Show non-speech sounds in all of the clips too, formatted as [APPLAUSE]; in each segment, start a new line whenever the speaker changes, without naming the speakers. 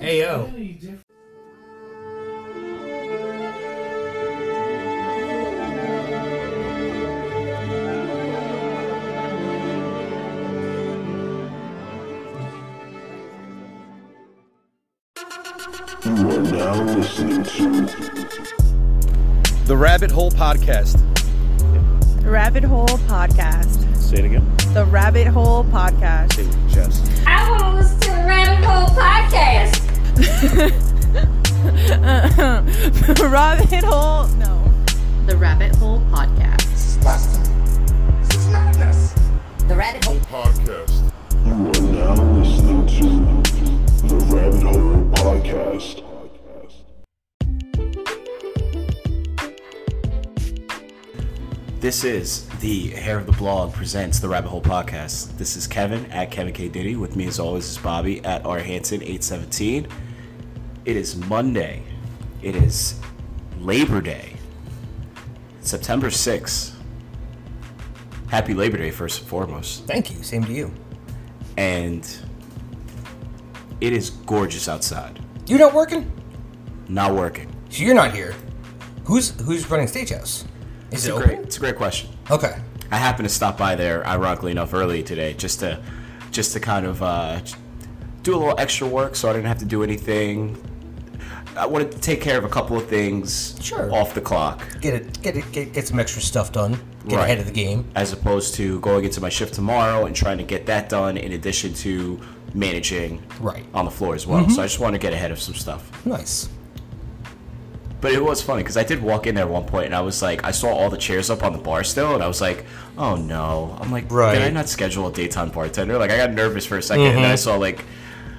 Ayo.
You are now listening to
The Rabbit Hole Podcast.
Rabbit Hole Podcast.
Say it again.
The Rabbit Hole Podcast.
Chest.
I want to listen to the Rabbit Hole podcast.
[LAUGHS] Rabbit Hole. No.
The Rabbit Hole Podcast.
The Rabbit Hole.
podcast. You are now listening to the Rabbit Hole Podcast.
This is the Hair of the Blog presents the Rabbit Hole Podcast. This is Kevin at Kevin K Diddy. With me, as always, is Bobby at R Hanson eight seventeen. It is Monday. It is Labor Day, September 6th. Happy Labor Day, first and foremost.
Thank you. Same to you.
And it is gorgeous outside.
You're not working,
Not working.
so you're not here. Who's who's running Stagehouse? Is it
It's a
open?
great, it's a great question.
Okay.
I happened to stop by there, ironically enough, early today, just to, just to kind of uh, do a little extra work, so I didn't have to do anything. I wanted to take care of a couple of things
Sure.
off the clock,
Get it. Get it. Get, get some extra stuff done. Get
Right.
ahead of the game.
as opposed to going into my shift tomorrow and trying to get that done, in addition to managing
Right. Mm-hmm.
on the floor as well. So I just wanted to get ahead of some stuff.
Nice.
But it was funny because I did walk in there at one point and I was like, I saw all the chairs up on the bar still, and I was like, oh no. I'm like,
Right.
did I not schedule a daytime bartender? Like, I got nervous for a 2nd and then I saw like,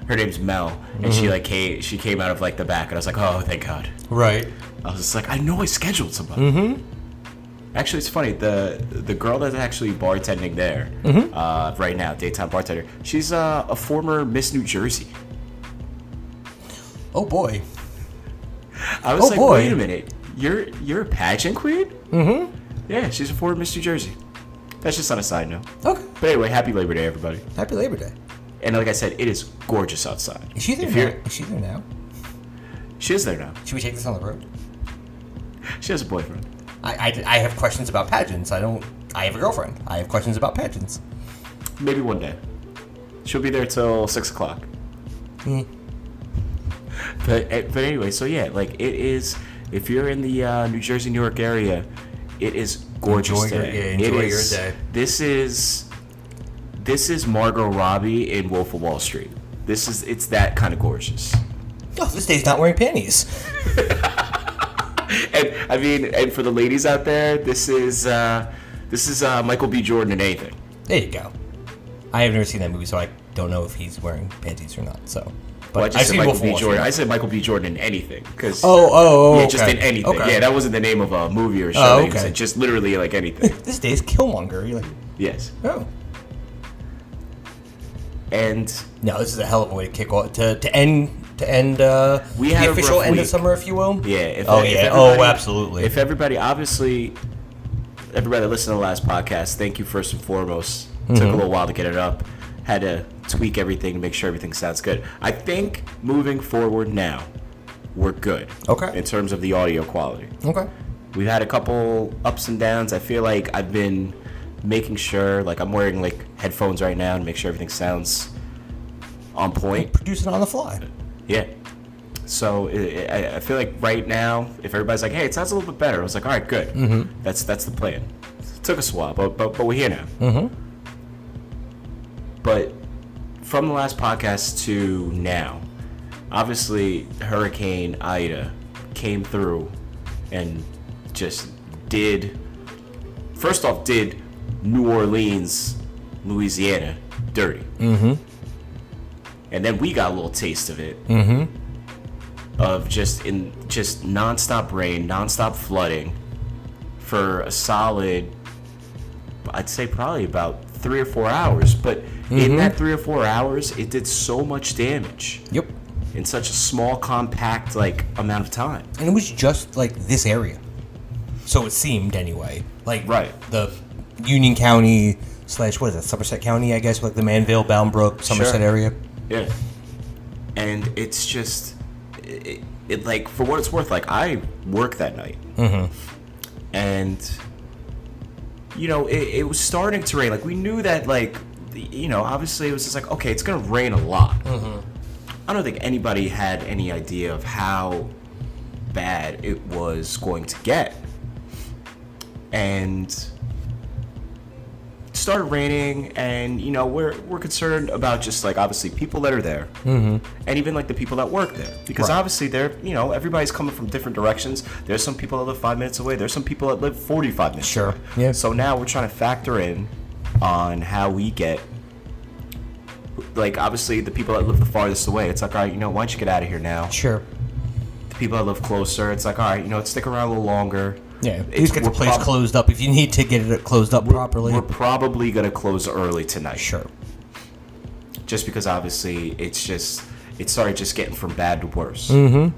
her name's Mel, and she like came, she came out of like the back, and I was like, oh, thank God.
Right.
I was just like, I know I scheduled somebody. Actually, it's funny. The the girl that's actually bartending there uh, right now, daytime bartender, she's uh, a former Miss New Jersey.
Oh boy.
I was
Oh,
like,
boy.
wait a minute, you're you're a pageant queen? Mm-hmm. Yeah, she's a former Miss New Jersey. That's just on a side note.
Okay.
But anyway, happy Labor Day, everybody.
Happy Labor Day.
And like I said, it is gorgeous outside.
Is she there
If
now?
you're-
Is she there now?
She is there now.
Should we take this on the road?
She has a boyfriend.
I, I, I have questions about pageants. I don't. I have a girlfriend. I have questions about pageants.
Maybe one day. She'll be there till six o'clock.
Mm.
But eh, but anyway, so yeah, like it is. If you're in the uh, New Jersey, New York area, it is gorgeous
Enjoy your-
today.
yeah,
It
enjoy your
is-
day.
This is this is Margot Robbie in Wolf of Wall Street. This is it's that kind of gorgeous.
Oh, this day's not wearing panties.
And I mean, and for the ladies out there, this is uh, this is uh, Michael B. Jordan in anything.
There you go. I have never seen that movie, so I don't know if he's wearing panties or not. So, but
Well, I just
I've
said
seen
Michael
Wolf of
B.
Wall
Jordan.
Street.
I said Michael B. Jordan in anything because
Oh, oh, oh,
yeah, just
okay.
in anything.
Okay. [LAUGHS]
Yeah, that wasn't the name of a movie or show.
Oh,
They just
okay.
said just literally
[LAUGHS]
like anything.
This day's Killmonger. You're like,
yes,
oh,
and.
no, this is a hell of a way to kick off to, to end to end uh,
We had
the
a
official
rough
end
week.
of summer, if you will.
Yeah. If,
oh
if
yeah.
everybody-
Oh, absolutely.
If everybody, obviously, everybody that listened to the last podcast, thank you first and foremost. Took
Mm-hmm.
a little while to get it up. Had to tweak everything to make sure everything sounds good. I think moving forward now, we're good.
Okay.
In terms of the audio quality,
okay.
we've had a couple ups and downs. I feel like I've been making sure, like I'm wearing like headphones right now to make sure everything sounds on point.
Produce it on the fly.
Yeah. So i I, I feel like right now, if everybody's like, "Hey, it sounds a little bit better," I was like, "All right, good. Mm-hmm. That's that's the plan." It took us a while, but but, but we're here now. Mm-hmm. But from the last podcast to now, obviously Hurricane Ida came through and just did. First off, did New Orleans, Louisiana, dirty and then we got a little taste of it of just in just nonstop rain, nonstop flooding for a solid, I'd say probably about three or four hours. But in that three or four hours, it did so much damage
Yep.
in such a small, compact like amount of time.
And it was just like this area, so it seemed anyway. Like
Right.
the Union County slash what is it Somerset County? I guess like the Manville, Bound Brook, Somerset area.
Yeah. and it's just it, it like for what it's worth like i work that night and you know it, it was starting to rain like we knew that like you know obviously it was just like okay it's gonna rain a lot i don't think anybody had any idea of how bad it was going to get and it started raining and you know we're we're concerned about just like obviously people that are there and even like the people that work there because
Mm-hmm. Right.
obviously they're you know everybody's coming from different directions there's some people that live five minutes away there's some people that live 45 minutes
Sure.
away.
Yeah.
so now we're trying to factor in on how we get like obviously the people that live the farthest away it's like all right you know why don't you get out of here now
Sure.
the people that live closer it's like all right you know let's stick around a little longer
Yeah.
It's-
Please get the
we're
place
prob-
closed up if you need to get it closed up properly.
we're probably gonna close early tonight
sure.
just because obviously it's just it started just getting from bad to worse. Mm-hmm.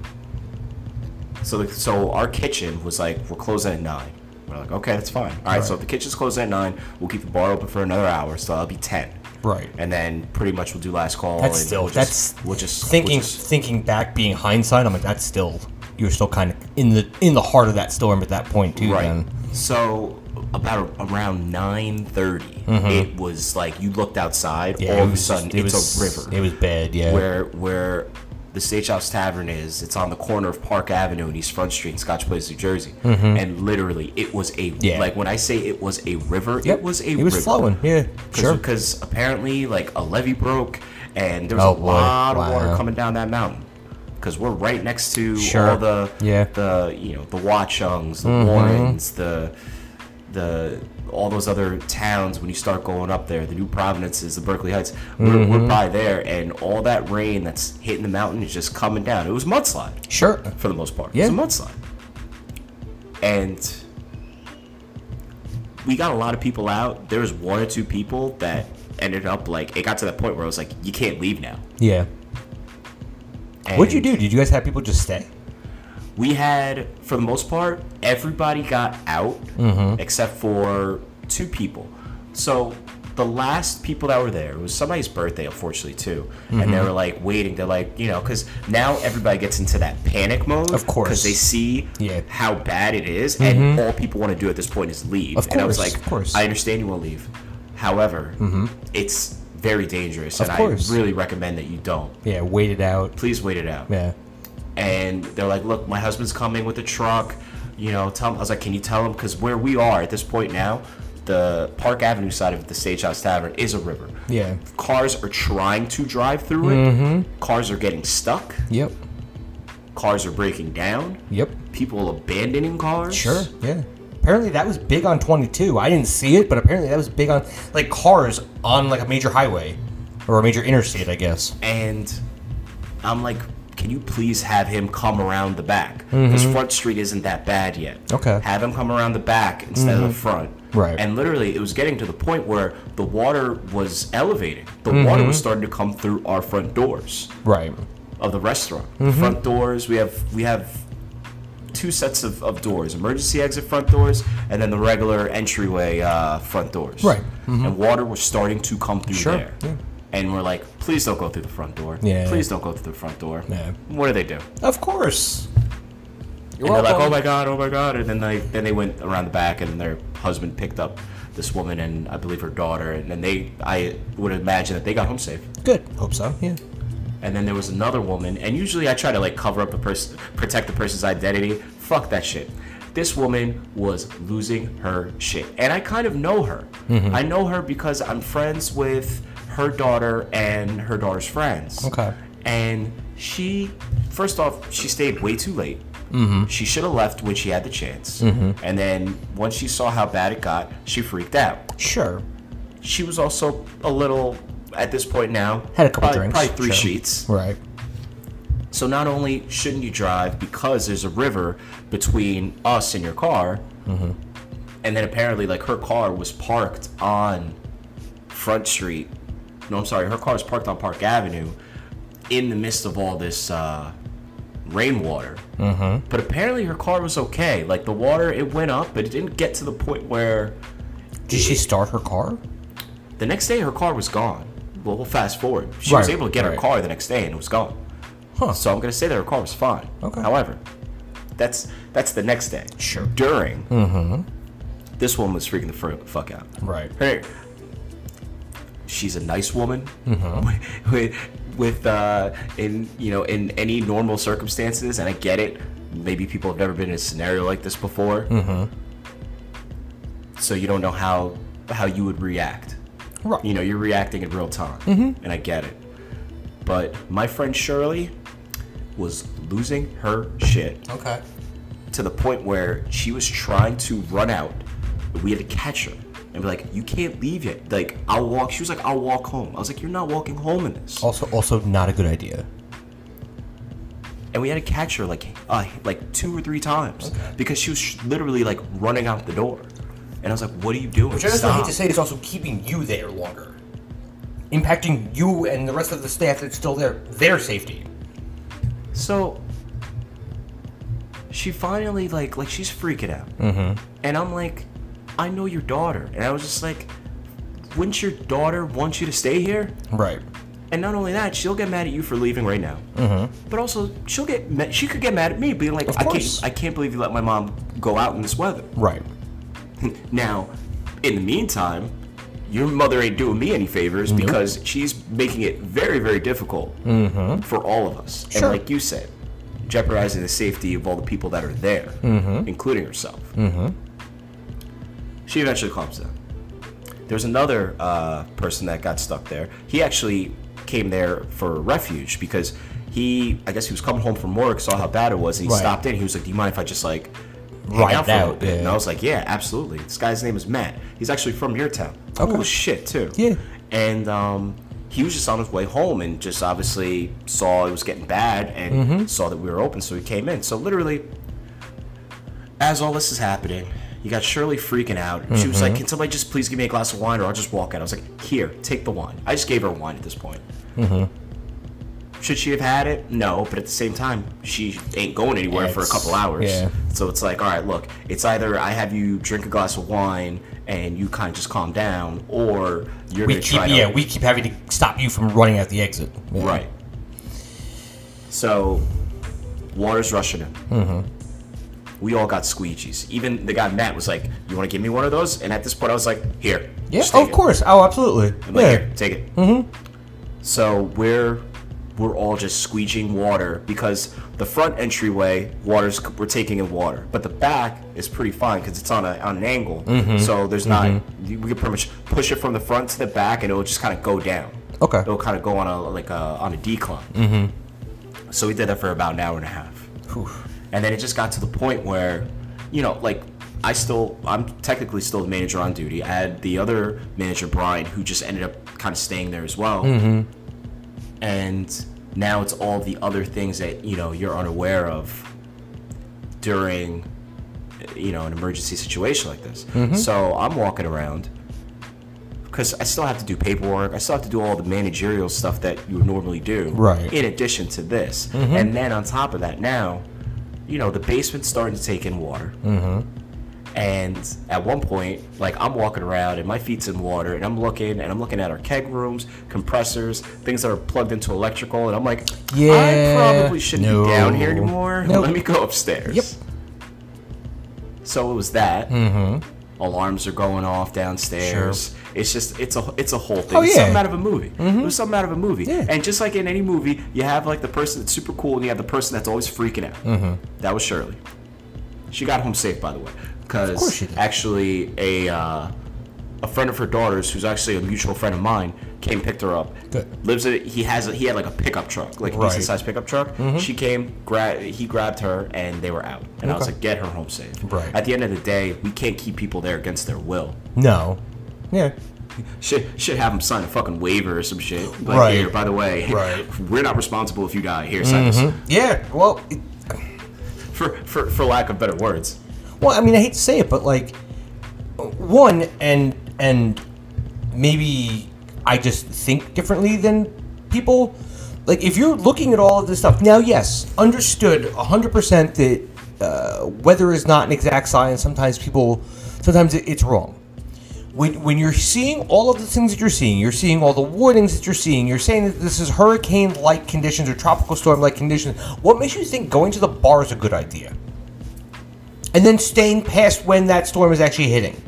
So the, so our kitchen was like we're closing at nine. We're like okay, that's fine. All right, so if the kitchen's closing at nine, we'll keep the bar open for another hour, so that'll be ten.
Right.
And then pretty much we'll do last call.
That's
and
still
we'll just,
that's
we'll just
thinking
We'll just,
thinking back, being hindsight. I'm like that's still you're still kind of in the in the heart of that storm at that point too.
right.
Then.
So about around nine it was like you looked outside.
Mm-hmm. Yeah,
all
it
of a
was-
sudden,
it
it's
was-
a river.
It was bad. Yeah.
where where the Stage House Tavern is. It's on the corner of Park Avenue and East Front Street in Scotch Place, New Jersey. And literally, it was a
Mm-hmm. Yeah.
like when I say it was a river,
Yep.
it was a
It was
river.
flowing. Yeah.
Cause,
Sure.
Because apparently, like a levee broke, and there was
Oh,
a
boy.
lot of water
Wow.
coming down that mountain. Because we're right next to
Sure.
all the
Yeah. Mm-hmm.
the you know the Watchungs, the Warrens, the the all those other towns when you start going up there, the New Providences, the Berkeley Heights. We're,
Mm-hmm.
we're by there, and all that rain that's hitting the mountain is just coming down. It was mudslide
Sure.
for the most part.
Yeah.
It was a mudslide, and we got a lot of people out. There was one or two people that ended up like it got to that point where I was like, you can't leave now.
Yeah. What'd you
And-
do? Did you guys have people just stay?
we had for the most part everybody got out
Mm-hmm.
except for two people so the last people that were there it was somebody's birthday unfortunately too and
Mm-hmm.
they were like waiting they're like you know because now everybody gets into that panic mode
Of course.
because they see
Yeah. Mm-hmm.
how bad it is, and all people want to do at this point is leave
Of
and i was
course,
like
of course. Mm-hmm.
i understand you want to leave however it's very dangerous
Of
and
course.
i really recommend that you don't
Yeah. Waited out.
please wait it out
Yeah.
and they're like, "Look, my husband's coming with the truck." You know, tell him. I was like, "Can you tell him?" Because where we are at this point now, the Park Avenue side of the Stagehouse Tavern is a river.
Yeah. Mm-hmm.
Cars are trying to drive through it. Cars are getting stuck.
Yep.
Cars are breaking down.
Yep.
People abandoning cars.
Sure. Yeah. Apparently that was big on 22. I didn't see it, but apparently that was big on like cars on like a major highway or a major interstate, I guess.
and I'm like, can you please have him come around the back? Because Front Street isn't that bad yet.
Mm-hmm. Okay. Mm-hmm.
Have him come around the back instead of the front.
Right.
And literally, it was getting to the point where the water was elevating. The
Mm-hmm.
water was starting to come through our front doors
Right.
of the restaurant. The
Mm-hmm.
front doors. We have we have two sets of, of doors: emergency exit front doors, and then the regular entryway uh, front doors.
Right. Mm-hmm.
And water was starting to come through
Sure,
there.
yeah.
And we're like, please don't go through the front door.
Yeah.
Please don't go through the front door.
Yeah.
What do they do?
Of course. You're
and they're like,
welcome.
oh my god, oh my god, and then they then they went around the back, and their husband picked up this woman and I believe her daughter, and then they I would imagine that they got home safe.
Good. Hope so. Yeah.
and then there was another woman and usually i try to like cover up the person protect the person's identity fuck that shit this woman was losing her shit and i kind of know her
Mm-hmm.
i know her because i'm friends with her daughter and her daughter's friends
Okay.
and she first off she stayed way too late
Mm-hmm.
she should have left when she had the chance and then once she saw how bad it got she freaked out
Sure.
she was also a little at this point now
Had a couple
probably,
drinks.
probably
sure.
three sheets
Right.
so not only shouldn't you drive because there's a river between us and your car, and then apparently like her car was parked on Front Street. No, I'm sorry, her car is parked on Park Avenue in the midst of all this uh, rainwater. But apparently her car was okay. Like the water, it went up, but it didn't get to the point where
Did she start her car?
the next day her car was gone. Well, we'll fast forward. She was
Right,
able to get her
right.
car the next day and it was gone. So I'm gonna say the car was fine.
Okay.
However, that's that's the next day.
Sure. Mm-hmm.
During. This woman was freaking the fr- fuck out.
Right.
Her, she's a nice woman.
Mm-hmm.
[LAUGHS] With, with uh, in you know in any normal circumstances, and I get it. Maybe people have never been in a scenario like this before.
Mm-hmm.
So you don't know how how you would react.
Right.
You know, you're reacting in real time,
Mm-hmm.
and I get it. But my friend Shirley was losing her shit
Okay.
to the point where she was trying to run out. We had to catch her and be like, "You can't leave yet." Like, I'll walk. She was like, "I'll walk home." I was like, "You're not walking home in this."
Also, also not a good idea.
And we had to catch her like, uh, like two or three times because she was sh- literally like running out the door. And I was like, "What are you doing?"
Which I also hate
Stop."
to say is also keeping you there longer, impacting you and the rest of the staff that's still there, their safety.
So she finally like like she's freaking out,
Mm-hmm.
and I'm like, I know your daughter, and I was just like, wouldn't your daughter want you to stay here?
Right.
And not only that, she'll get mad at you for leaving right now. But also, she'll get ma- she could get mad at me, being like,
Mm-hmm. Of
I can't
course.
I can't believe you let my mom go out in this weather.
Right.
Now, in the meantime, your mother ain't doing me any favors because she's making it very, very difficult
Mm-hmm.
for all of us.
Sure.
And like you said, jeopardizing the safety of all the people that are there,
Mm-hmm.
including herself. She eventually calms down. There's another uh, person that got stuck there. He actually came there for refuge because he, I guess he was coming home from work, saw how bad it was, and he
Right.
stopped in. He was like, "Do you mind if I just like hang
Ride
out for a
out,
little bit?" And I
yeah.
was like, "Yeah, absolutely." This guy's name is Matt. He's actually from your town.
Okay.
Cool as shit too.
Oh, Yeah.
And um, he was just on his way home and just obviously saw it was getting bad and
Mm-hmm.
saw that we were open, so he came in. So literally, as all this is happening, you got Shirley freaking out. She was
Mm-hmm.
like, "Can somebody just please give me a glass of wine, or I'll just walk out?" I was like, "Here, take the wine." I just gave her wine at this point.
Mm-hmm.
Should she have had it? No, but at the same time, she ain't going anywhere for a
It's-
couple hours.
yeah.
So it's like, all right, look, it's either I have you drink a glass of wine and you kind of just calm down, or you're
We
gonna
keep
try to
yeah, we keep having to stop you from running out the exit. Yeah.
Right. So, water's rushing in. Mm-hmm. We all got squeegees. Even the guy Matt was like, "You want to give me one of those?" And at this point, I was like, "Here."
Yeah.
just take
Oh, of
it."
course. Oh, absolutely.
I'm
Yeah.
like, "Here, take it." So we're we're all just squeegeeing water because the front entryway waters c- we're taking in water, but the back is pretty fine because it's on a on an angle. So there's not you- we can pretty much push it from the front to the back, and it'll just kind of go down
Okay.
it'll kind of go on a like a on a decline. So we did that for about an hour and a half, and then it just got to the point where, you know, like I still I'm technically still the manager on duty. I had the other manager Brian who just ended up kind of staying there as well, and now it's all the other things that you know you're unaware of during you know an emergency situation like this.
Mm-hmm.
So I'm walking around because I still have to do paperwork. I still have to do all the managerial stuff that you would normally do.
Right. Mm-hmm.
In addition to this, and then on top of that, now you know the basement's starting to take in water. Mm-hmm. And at one point, like I'm walking around and my feet's in water, and I'm looking and I'm looking at our keg rooms, compressors, things that are plugged into electrical, and I'm like, I
Yeah.
probably shouldn't
No.
be down here anymore.
Nope.
Let me go upstairs.
Yep.
So it was that. Mm-hmm. Alarms are going off downstairs. It's just it's a it's a whole thing.
Oh,
It's
yeah. Mm-hmm.
something out of a movie. It was something out of a movie.
Yeah.
And just like in any movie, you have like the person that's super cool and you have the person that's always freaking out. Mm-hmm. That was Shirley. She got home safe, by the way,
course
because
she did.
actually a uh, a friend of her daughter's, who's actually a mutual friend of mine, came and picked her up.
Good.
Lives at he has a, he had like a pickup truck, like a
Right.
decent sized pickup truck.
Mm-hmm.
She came, gra- he grabbed her, and they were out. And I was
Okay.
like, get her home safe.
Right.
At the end of the day, we can't keep people there against their will.
No. Yeah.
Should should have them sign a fucking waiver or some shit. Like,
Right.
Here, by the way,
Right.
[LAUGHS]
Mm-hmm.
we're not responsible if you die. Here, sign
Yeah. Well, it,
this. For, for for lack of better words.
Well, I mean, I hate to say it, but like, one and and maybe I just think differently than people. Like, if you're looking at all of this stuff now, yes, understood hundred percent that uh, weather is not an exact science. Sometimes people, sometimes it, it's wrong. when when you're seeing all of the things that you're seeing, you're seeing all the warnings that you're seeing, you're saying that this is hurricane-like conditions or tropical storm-like conditions. What makes you think going to the bar is a good idea? And then staying past when that storm is actually hitting.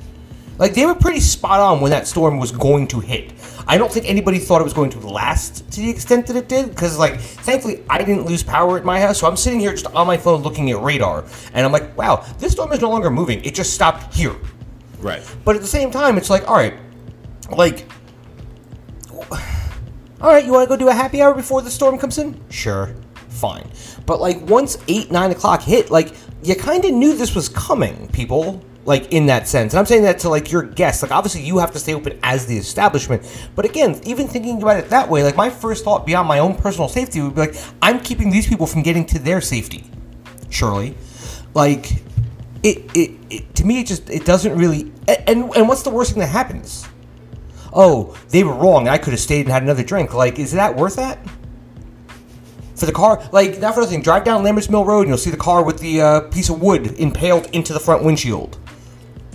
Like they were pretty spot on when that storm was going to hit. I don't think anybody thought it was going to last to the extent that it did, because like thankfully I didn't lose power at my house, so I'm sitting here just on my phone looking at radar, and I'm like, wow, this storm is no longer moving. It just stopped here.
Right.
But at the same time, it's like, all right, like, all right, you want to go do a happy hour before the storm comes in? Sure, fine. But like once eight nine o'clock hit, like you kind of knew this was coming, people. Like in that sense, and I'm saying that to like your guests. Like obviously you have to stay open as the establishment, but again, even thinking about it that way, like my first thought beyond my own personal safety would be like, I'm keeping these people from getting to their safety. Surely, like it, it, it to me it just it doesn't really a- and and what's the worst thing that happens oh they were wrong and i could have stayed and had another drink like is that worth that for the car like not for nothing drive down lambert's mill road and you'll see the car with the uh, piece of wood impaled into the front windshield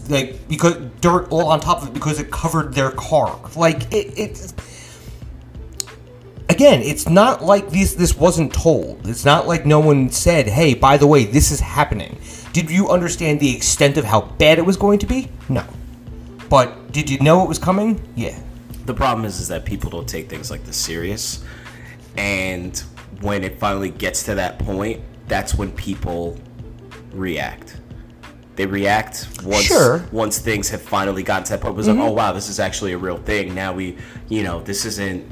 like because dirt all on top of it because it covered their car like it, it's again, it's not like these this wasn't told. It's not like no one said, "Hey, by the way, this is happening." Did you understand the extent of how bad it was going to be? No. But did you know it was coming? Yeah.
the problem is is that people don't take things like this serious and when it finally gets to that point that's when people react they react once
Sure. Mm-hmm.
once things have finally gotten to that point it was like oh wow this is actually a real thing now we you know this isn't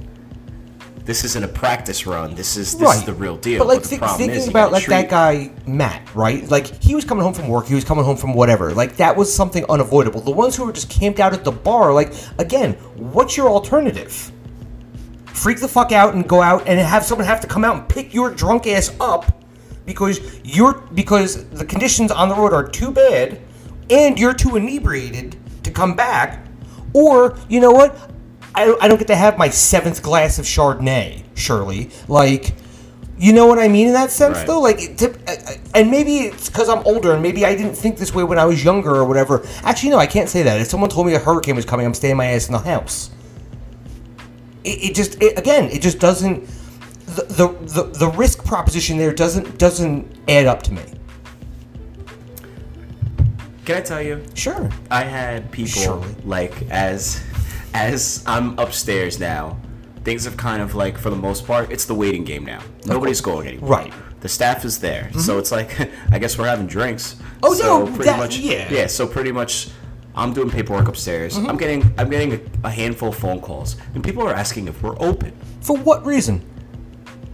this isn't a practice run this is this is the real deal
But like
the
think-
problem is
thinking
you
about
gotta
like that
treat-
guy Matt, right? Like he was coming home from work, he was coming home from whatever. Like that was something unavoidable. The ones who were just camped out at the bar, like again, what's your alternative? Freak the fuck out and go out and have someone have to come out and pick your drunk ass up because you're because the conditions on the road are too bad and you're too inebriated to come back or you know what I, I don't get to have my seventh glass of chardonnay surely like you know what i mean in that sense
Right.
though like it tip, I- I- and maybe it's because i'm older and maybe i didn't think this way when i was younger or whatever actually no i can't say that if someone told me a hurricane was coming i'm staying my ass in the house it, it just it, again it just doesn't the, the the the risk proposition there doesn't doesn't add up to me
can i tell you
sure
I had people
Surely.
like as as I'm upstairs now. Things have kind of like for the most part, it's the waiting game now. Nobody's going anywhere.
Right. Mm-hmm.
The staff is there, so it's like [LAUGHS] I guess we're having drinks.
Oh, no,
so pretty
that-
much
yeah. Mm-hmm.
Yeah, so pretty much I'm doing paperwork upstairs. I'm getting I'm getting a, a handful of phone calls and people are asking if we're open.
for what reason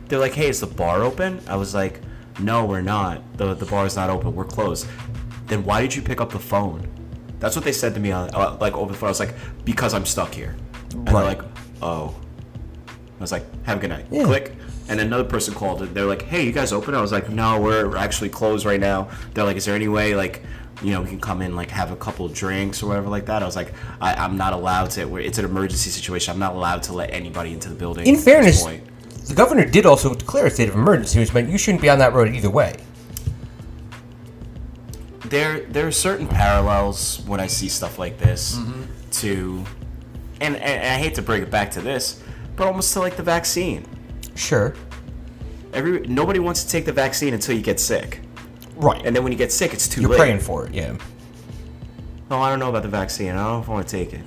They're like, "Hey, is the bar open?" I was like, "No, we're not. the The bar is not open. We're closed." Then why did you pick up the phone? That's what they said to me on uh, like over the phone. I was like, "Because I'm stuck here." And they're
Right.
like, "Oh." I was like, "Have a good night."
Yeah.
Click. And another person called. and They're like, "Hey, you guys open?" I was like, "No, we're we're actually closed right now." They're like, "Is there any way like?" You know, we can come in like have a couple drinks or whatever like that. I was like, I, I'm not allowed to. we're- It's an emergency situation. I'm not allowed to let anybody into the building.
in
at this
fairness
point."
the governor did also declare a state of emergency which meant you shouldn't be on that road either way
there there are certain parallels when I see stuff like this to, and, and and I hate to bring it back to this, but almost to like the vaccine.
sure
Every nobody wants to take the vaccine until you get sick,
right
and then when you get sick, it's too
you're
late.
praying for it yeah
No, I don't know about the vaccine. I don't want to take it.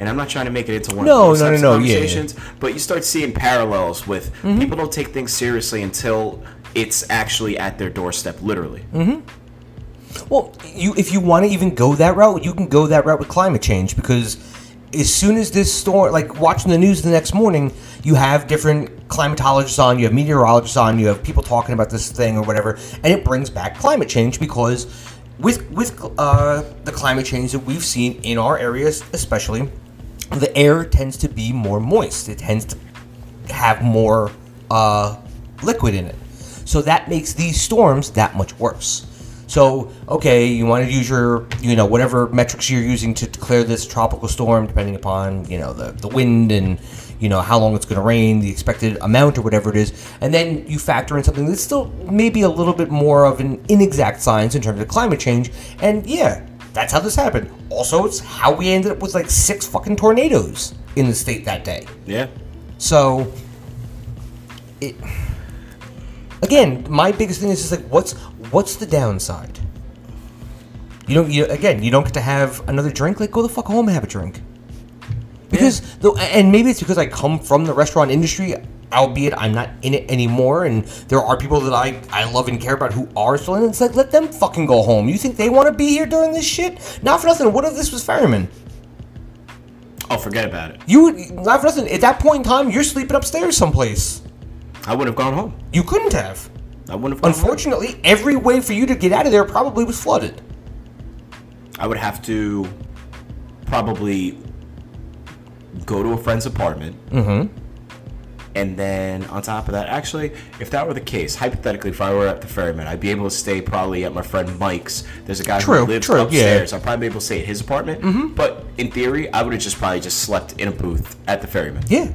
And I'm not trying to make it into one
Mm-hmm. No,
of those
no,
types
no,
of
no, yeah, Mm-hmm. yeah.
conversations, but you start seeing parallels with people don't take things seriously until it's actually at their doorstep, literally.
Mm-hmm. Well, you if you want to even go that route, you can go that route with climate change because as soon as this storm, like watching the news the next morning, you have different climatologists on, you have meteorologists on, you have people talking about this thing or whatever, and it brings back climate change because with with uh, the climate change that we've seen in our areas, especially, the air tends to be more moist. It tends to have more uh, liquid in it. So that makes these storms that much worse. So, okay, you want to use your, you know, whatever metrics you're using to declare this tropical storm, depending upon, you know, the, the wind and, you know, how long it's going to rain, the expected amount or whatever it is. And then you factor in something that's still maybe a little bit more of an inexact science in terms of climate change. And yeah, That's how this happened. Also, it's how we ended up with like six fucking tornadoes in the state that day.
Yeah.
So it again, my biggest thing is just like what's what's the downside? You don't you again, you don't get to have another drink, like go the fuck home and have a drink. Because though and maybe it's because I come from the restaurant industry, albeit I'm not in it anymore and there are people that I, I love and care about who are still in it. It's like let them fucking go home. You think they want to be here during this shit? Not for nothing. What if this was firemen?
Oh, forget about it.
You would not for nothing. At that point in time, you're sleeping upstairs someplace.
I wouldn't have gone home.
You couldn't have.
I wouldn't have. Gone home.
Unfortunately, every way for you to get out of there probably was flooded.
I would have to probably go to a friend's apartment. Mm-hmm. And then on top of that, actually, if that were the case, hypothetically, if I were at the ferryman, I'd be able to stay probably at my friend Mike's. There's a guy
True,
who lives
true, yeah.
upstairs. I'd probably be able to stay at his apartment. Mm-hmm. But in theory, I would have just probably just slept in a booth at the ferryman.
Yeah.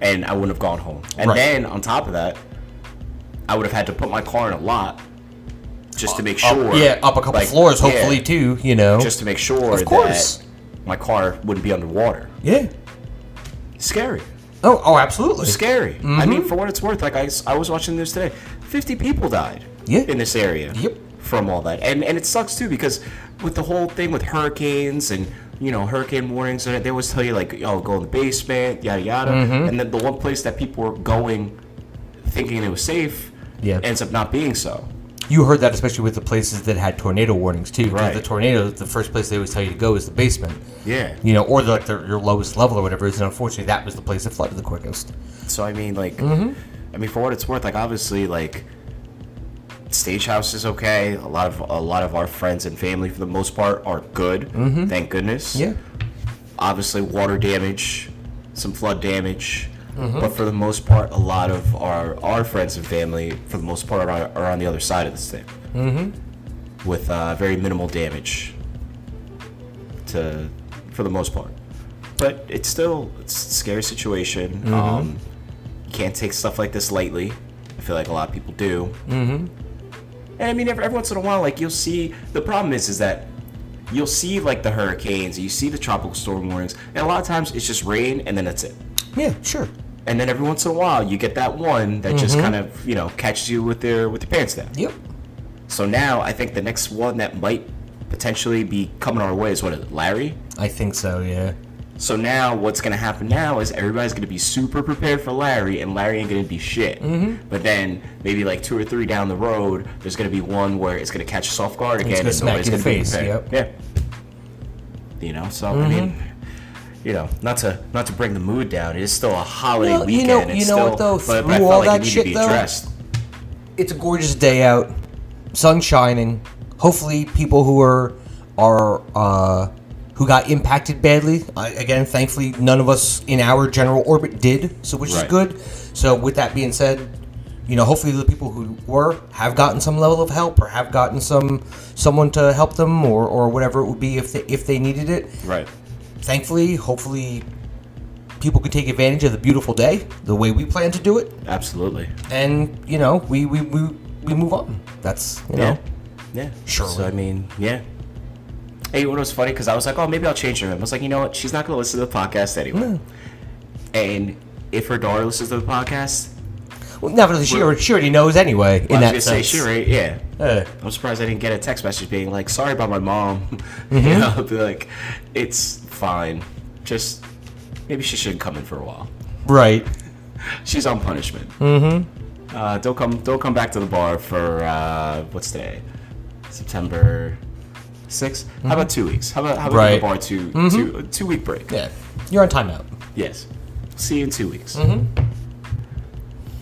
and I wouldn't have gone home. And
Right.
then on top of that, I would have had to put my car in a lot just to make sure.
yeah, up a couple
like,
floors,
yeah,
hopefully too. You know.
just to make sure
Oh. Of course.
that my car wouldn't be underwater.
yeah.
Scary,
Oh, oh, absolutely.
scary.
Mm-hmm.
I mean, for what it's worth, like I, s- I was watching the news today, fifty people died.
Yeah.
in this area.
Yep.
From all that, and and it sucks too because with the whole thing with hurricanes and you know hurricane warnings, they always tell you like, oh, go in the basement, yada yada,
Mm-hmm.
and then the one place that people were going thinking it was safe
Yeah.
ends up not being so.
You heard that especially with the places that had tornado warnings too. 'cause
Right.
The tornadoes, the first place they always tell you to go is the basement.
Yeah.
You know, or the, like the, your lowest level or whatever. Is and unfortunately, that was the place that flooded the quickest.
So I mean, like, I mean, for what it's worth, like, obviously, like, Stagehouse is okay. A lot of a lot of our friends and family, for the most part, are good. Thank goodness.
Yeah.
Obviously, water damage, some flood damage, but for the most part, a lot of our our friends and family, for the most part, are, are on the other side of this thing, mm-hmm. with uh, very minimal damage. To, for the most part, but it's still it's a scary situation. Um, can't take stuff like this lightly. I feel like a lot of people do. Mm-hmm. And I mean, every, every once in a while, like you'll see. The problem is, is that you'll see like the hurricanes, you see the tropical storm warnings, and a lot of times it's just rain, and then that's it.
Yeah. Sure.
And then every once in a while, you get that one that just kind of you know catches you with their with your pants down.
Yep.
So now I think the next one that might potentially be coming our way is what is it, Larry?
I think so. Yeah.
So now what's gonna happen now is everybody's gonna be super prepared for Larry, and Larry ain't gonna be shit.
Mm-hmm.
But then maybe like two or three down the road, there's gonna be one where it's gonna catch us off guard again,
gonna smack you in the face,
Yeah. You know, so I mean,
Mm-hmm.
you know, not to not to bring the mood down. It is still a holiday
Well, you
weekend.
know-
it's
you know what, though?
still- But, but I
Through
felt
all
like
that
it needed
shit,
to be
though,
addressed.
it's a gorgeous day out, sun shining. Hopefully, people who are are uh, who got impacted badly. I, again, thankfully, none of us in our general orbit did, so which
Right.
is good. So, with that being said, you know, hopefully, the people who were have gotten some level of help or have gotten some someone to help them or or whatever it would be if they if they needed it
Right.
thankfully, hopefully, people could take advantage of the beautiful day the way we plan to do it,
Absolutely.
and you know, we we we, we move on. That's you know,
Yeah. Yeah.
Surely.
So I mean, yeah. Hey, you know what was funny? Because I was like, oh, maybe I'll change her. name. I was like, you know what? She's not gonna listen to the podcast anyway. And if her daughter listens to the podcast,
well, nevertheless, she, already- she already knows anyway. In
I
that
was gonna say,
sense,
she right, yeah.
Uh,
I'm surprised I didn't get a text message being like, sorry about my mom. [LAUGHS] you
Mm-hmm.
know, I'd be like, it's fine. Just maybe she shouldn't come in for a while.
right?
She's on punishment. Mm-hmm. Uh, don't come. Don't come back to the bar for uh, what's today? September 6th How about two weeks? How about how about
Right. Mm-hmm.
the bar two two two week break?
Yeah, you're on timeout.
Yes. See you in two weeks. Mm-hmm.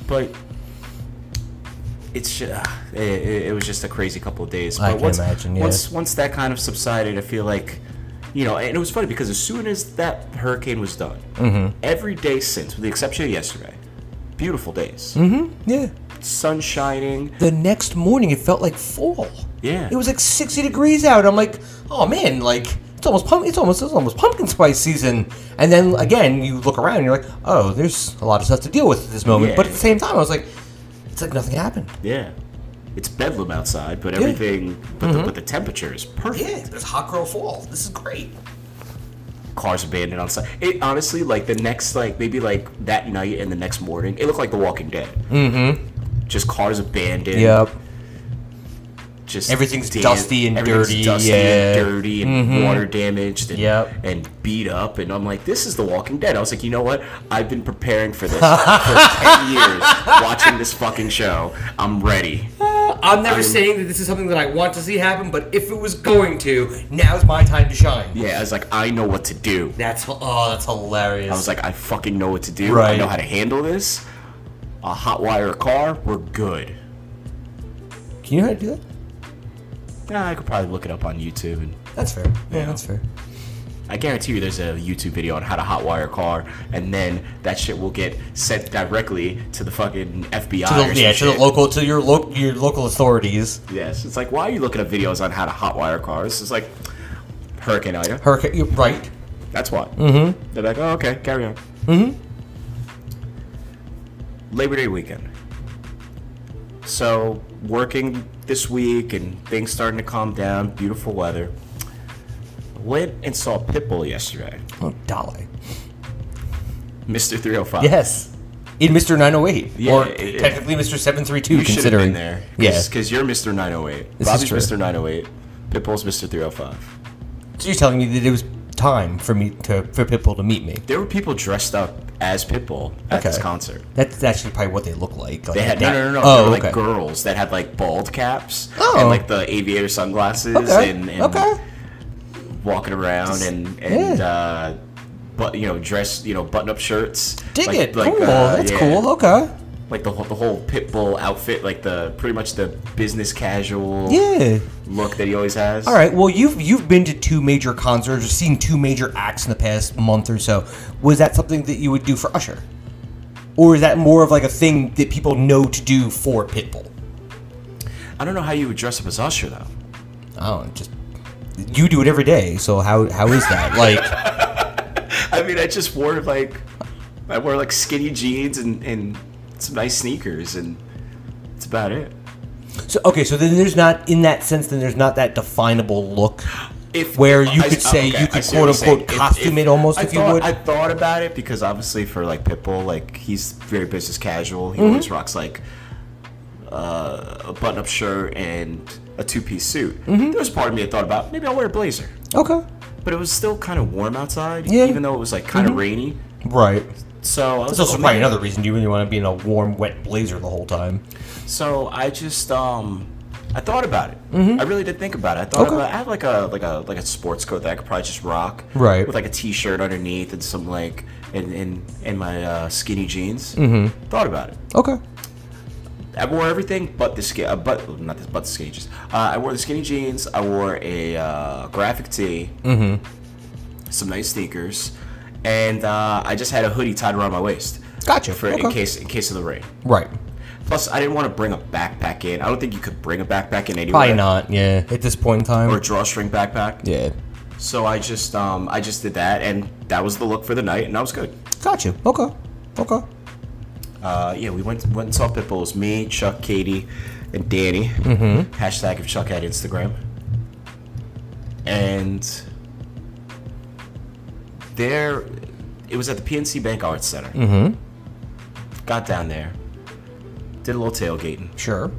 But it's ju- ah, it, it, it was just a crazy couple of days.
I
But
can
once,
imagine, yeah.
Once once that kind of subsided, I feel like you know, and it was funny because as soon as that hurricane was done,
Mm-hmm.
every day since, with the exception of yesterday, beautiful days,
Yeah.
sun shining.
The next morning, it felt like fall.
Yeah.
It was like 60 degrees out. I'm like, oh man, like it's almost pump- it's almost it's almost pumpkin spice season. And then again, you look around and you're like, oh, there's a lot of stuff to deal with at this moment.
Yeah.
But at the same time, I was like, it's like nothing happened.
Yeah. It's bedlam outside, but
Yeah. Mm-hmm.
everything, but, the, but the temperature is perfect.
Yeah, there's Hot Girl Fall. This is great.
Cars abandoned outside. It honestly, like the next, like maybe like that night and the next morning, it looked like The Walking Dead. Mm-hmm. Just cars abandoned. Just
Everything's dusty and
everything's
dirty,
Dusty
yeah. Mm-hmm.
and dirty and water damaged. And,
Yep.
and beat up. And I'm like, this is The Walking Dead. I was like, you know what? I've been
[LAUGHS]
preparing for this for ten years, watching this fucking show. I'm ready.
I'm never saying that this is something that I want to see happen, but if it was going to, now's my time to shine.
Yeah, I was like, I know what to do.
That's oh, that's hilarious.
I was like, I fucking know what to do. I
Right.
know how to handle this. A hot wire a car, we're good.
can you know how to do that?
Nah, I could probably look it up on YouTube, and
That's fair. Yeah, that's fair.
I guarantee you there's a YouTube video on how to hot wire a car, and then that shit will get sent directly to the fucking FBI.
To
or
the,
some
yeah, to the
shit.
local, to your local, your local authorities.
Yes, it's like, why are you looking up videos on how to hot wire cars? It's like Hurricane Ida.
Hurricane, you're right?
That's why. Mm-hmm. They're like, oh, okay, carry on. Mm-hmm. Labor Day weekend. So, working this week and things starting to calm down, beautiful weather. Went and saw Pitbull yesterday.
Oh, Dolly.
Mr. 305.
Yes. In Mr. 908,
Yeah,
or
yeah, yeah.
technically Mr. 732,
You should have
considering
been there.
Yeah.
Because you're Mr. 908.
This is
Bobby's
true.
Mr. 908. Pitbull's oh Mr. 305.
So you're telling me that it was time for me to for Pitbull to meet me.
There were people dressed up as Pitbull at this
Okay.
concert.
That's actually probably what they look like. like
They had
that-
no, no, no, no.
Oh,
they were like
okay.
girls that had like bald caps
Oh.
and like the aviator sunglasses
Okay.
and, and
okay.
walking around and and
yeah.
uh, but you know dress you know button up shirts.
Dig
Like-
it.
like,
cool.
uh,
That's
yeah,
cool. Okay.
Like the whole the whole pitbull outfit, like the pretty much the business casual
Yeah.
look that he always has.
All right. Well, you've you've been to two major concerts, or seen two major acts in the past month or so. Was that something that you would do for Usher, or is that more of like a thing that people know to do for Pitbull?
I don't know how you would dress up as Usher though.
Oh, just you do it every day. So how how is
[LAUGHS]
that like?
I mean, I just wore like I wore like skinny jeans and and some nice sneakers and that's about it.
So okay. So then there's not in that sense. Then there's not that definable look.
if
Where you could
oh,
say you
I
could
see what
quote,
you're
unquote,
saying.
costume it almost
I
if you
thought-
would.
I thought about it because obviously for like Pitbull, like he's very business casual. He
Mm-hmm.
always rocks like uh, a button-up shirt and a two-piece suit.
Mm-hmm.
There was a part of me that thought about maybe I'll wear a blazer,
Okay.
but it was still kind of warm outside,
Yeah.
even though it was like kind of rainy.
Right.
So I was
That's also
like, oh,
probably
man.
another reason you really want to be in a warm, wet blazer the whole time.
So I just um I thought about it. I really did think about it. I thought
Mm-hmm. Okay.
about, I have like a like a like a sports coat that I could probably just rock.
Right.
With like a t-shirt underneath and some like and and, and my uh, skinny jeans. Mm-hmm. Thought about it.
Okay.
I wore everything but the skin, uh, but not this, but the skinny jeans. Uh, I wore the skinny jeans. I wore a uh, graphic tee,
Mm-hmm.
some nice sneakers, and uh, I just had a hoodie tied around my waist
Gotcha.
for in
Okay.
case in case of the rain.
Right.
Plus, I didn't want to bring a backpack in. I don't think you could bring a backpack in anyway.
Probably not. Yeah. At this point in time.
Or a drawstring backpack.
yeah.
So I just, um, I just did that, and that was the look for the night, and I was good.
Gotcha. Okay. Okay.
Uh, yeah, we went went and saw Pitbull. It was me, Chuck, Katie, and Danny. Mm-hmm. Hashtag if Chuck had Instagram. And there, it was at the PNC Bank Arts Center. Mm-hmm.
Mm-hmm.
Got down there, did a little tailgating.
Sure.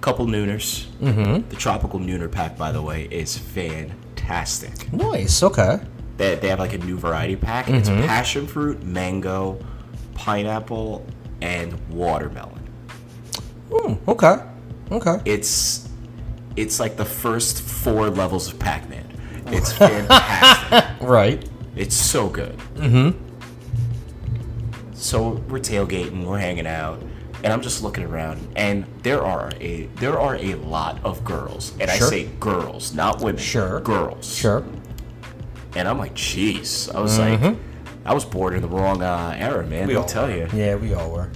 couple nooners. Mm-hmm. The tropical nooner pack, by the way, is fantastic.
Nice. Okay.
They, they have like a new variety pack. It's
Mm-hmm.
passion fruit, mango, pineapple, and watermelon.
Hmm. Okay. Okay.
It's it's like the first four levels of Pac-Man.
[LAUGHS]
It's fantastic.
Right.
it's so good. Mm-hmm. So we're tailgating, we're hanging out, and I'm just looking around, and there are a there are a lot of girls, and I
Sure.
say girls, not women.
Sure.
girls.
Sure.
And I'm like, jeez. I was like,
Mm-hmm.
I was born in the wrong uh, era, man. I'll tell you.
Yeah, we all were.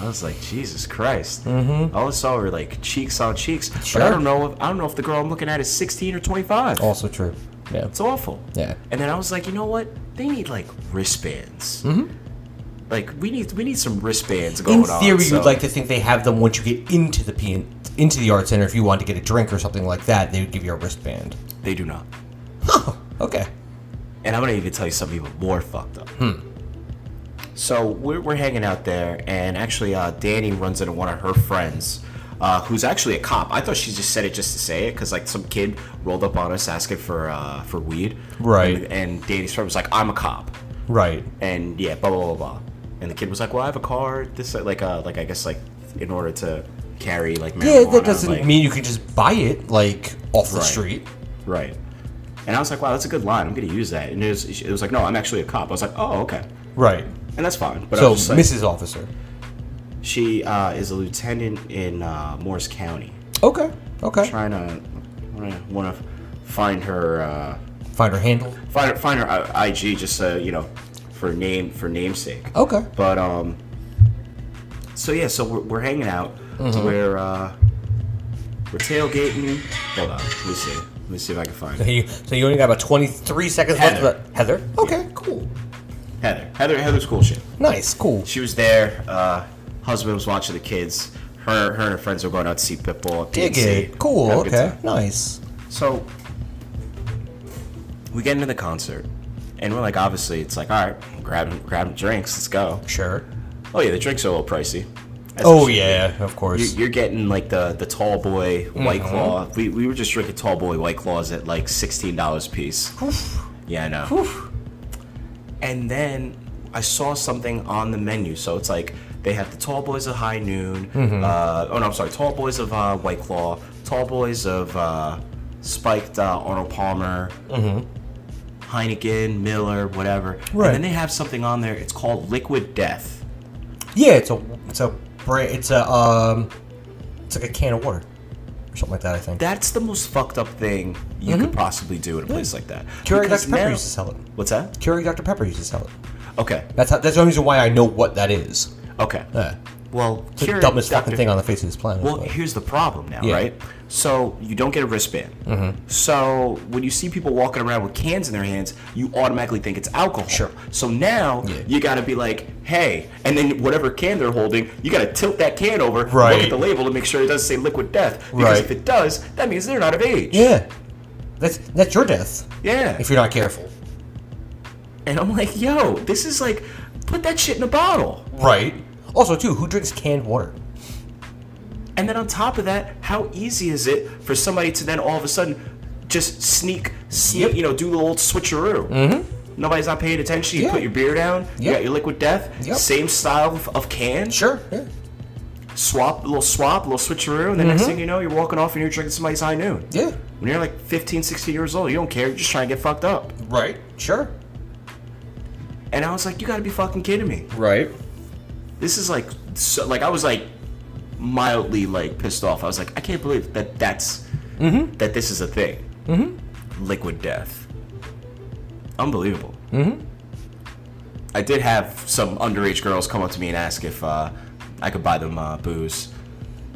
I was like, Jesus Christ. All I saw were like cheeks on cheeks. But
Mm-hmm. Sure.
I don't know. If, I don't know if the girl I'm looking at is 16 or 25.
Also true. Yeah.
It's awful.
Yeah.
And then I was like, you know what? They need like wristbands. Like we need we need some wristbands going
Mm-hmm. In
on.
theory,
so-
you'd like to think they have them once you get into the PN- into the art center if you wanted to get a drink or something like that. They would give you a wristband.
They do not.
Okay.
And I'm gonna even tell you something even more fucked up. Hmm. So we're, we're hanging out there, and actually, uh, Danny runs into one of her friends, uh, who's actually a cop. I thought she just said it just to say it, because like some kid rolled up on us asking for uh, for weed.
Right.
And, and Danny's friend was like, "I'm a cop,"
Right.
and yeah, blah blah blah blah. And the kid was like, "Well, I have a car." This uh, like uh like I guess like in order to carry like
Yeah,
marijuana,
that doesn't
like-
mean you can just buy it like off the
Right.
street.
right. And I was like, "Wow, that's a good line. I'm gonna use that." And it was it was like, "No, I'm actually a cop." I was like, "Oh, okay."
Right.
and that's fine. But I
So
was just like,
Mrs. Officer.
she uh, is a lieutenant in uh, Morris County,
Okay. Okay.
trying to want to find her uh,
Find her handle.
find her, find her uh, I- IG just so you know for name for namesake.
Okay.
But um, so yeah, so we're, we're hanging out.
Mm-hmm.
We're uh, we're tailgating. Hold on, let me see. Let me see if I can find
[LAUGHS] So you, so you only got about 23 seconds left.
Heather.
of the- Heather. Okay. Cool.
Heather. Heather. Heather's cool shit.
Nice. Cool.
She was there. Uh, husband was watching the kids. Her, her and her friends were going out to see Pitbull. at
Dig
PNC.
it. Cool.
Have a good
Okay.
time.
Nice.
So we get into the concert, and we're like, obviously, it's like, all right, grab grab drinks, let's go.
Sure.
Oh yeah, the drinks are a little pricey. As
Oh
it should
yeah, of
be.
course.
You- You're getting like the the tall boy white claw. We, we were just drinking tall boy white claws at like sixteen dollars a piece. Yeah, I know. And then I saw something on the menu. So it's like they have the tall boys of high noon. Uh, oh no, I'm sorry, tall boys of uh, White Claw, tall boys of uh, spiked uh, Arnold Palmer, Mm-hmm. Heineken, Miller, whatever.
Right.
And then they have something on there. It's called Liquid Death.
yeah, it's a it's a bra- it's a um it's like a can of water or something like that. I think.
That's the most fucked up thing you could possibly do in a place like that.
Keurig
Because
Mm-hmm. Dr Pepper
now-
used to sell it.
What's that?
Keurig Dr Pepper used to sell it.
Okay.
That's how, that's the only reason why I know what that is.
Okay.
Yeah.
well,
It's the
Keurig
dumbest fucking
Dr.
thing on the face of this planet.
Well,
but-
here's the problem now,
Yeah. Mm-hmm.
right? So you don't get a wristband. So when you see people walking around with cans in their hands, you automatically think it's alcohol.
Sure.
So now
Yeah.
you got to be like, hey, and then whatever can they're holding, you got to tilt that can over, look
Right.
at the label to make sure it doesn't say liquid death. Because
Right.
if it does, that means they're not of age.
yeah, that's that's your death
Yeah.
if you're not careful.
and I'm like, yo, this is like, put that shit in a bottle.
Right. Also, too, who drinks canned water?
And then on top of that, how easy is it for somebody to then all of a sudden just sneak, sneak
Yep.
you know, do the old switcheroo? Mm-hmm. Nobody's not paying attention. You
Yeah.
put your beer down. You
Yep.
got your liquid death.
Yep.
Same style of, of can.
Sure. Yeah.
Swap, little swap, little switcheroo. And the
Mm-hmm.
next thing you know, you're walking off and you're drinking somebody's high noon.
Yeah.
When you're like 15, 16 years old, you don't care. You're just trying to get fucked up.
Right. Sure.
And I was like, you got to be fucking kidding me.
Right.
This is like, so, like I was like mildly like pissed off. I was like, I can't believe that that's that this is a thing. Mm-hmm. Liquid death, unbelievable. Mm-hmm. I did have some underage girls come up to me and ask if uh, I could buy them uh, booze,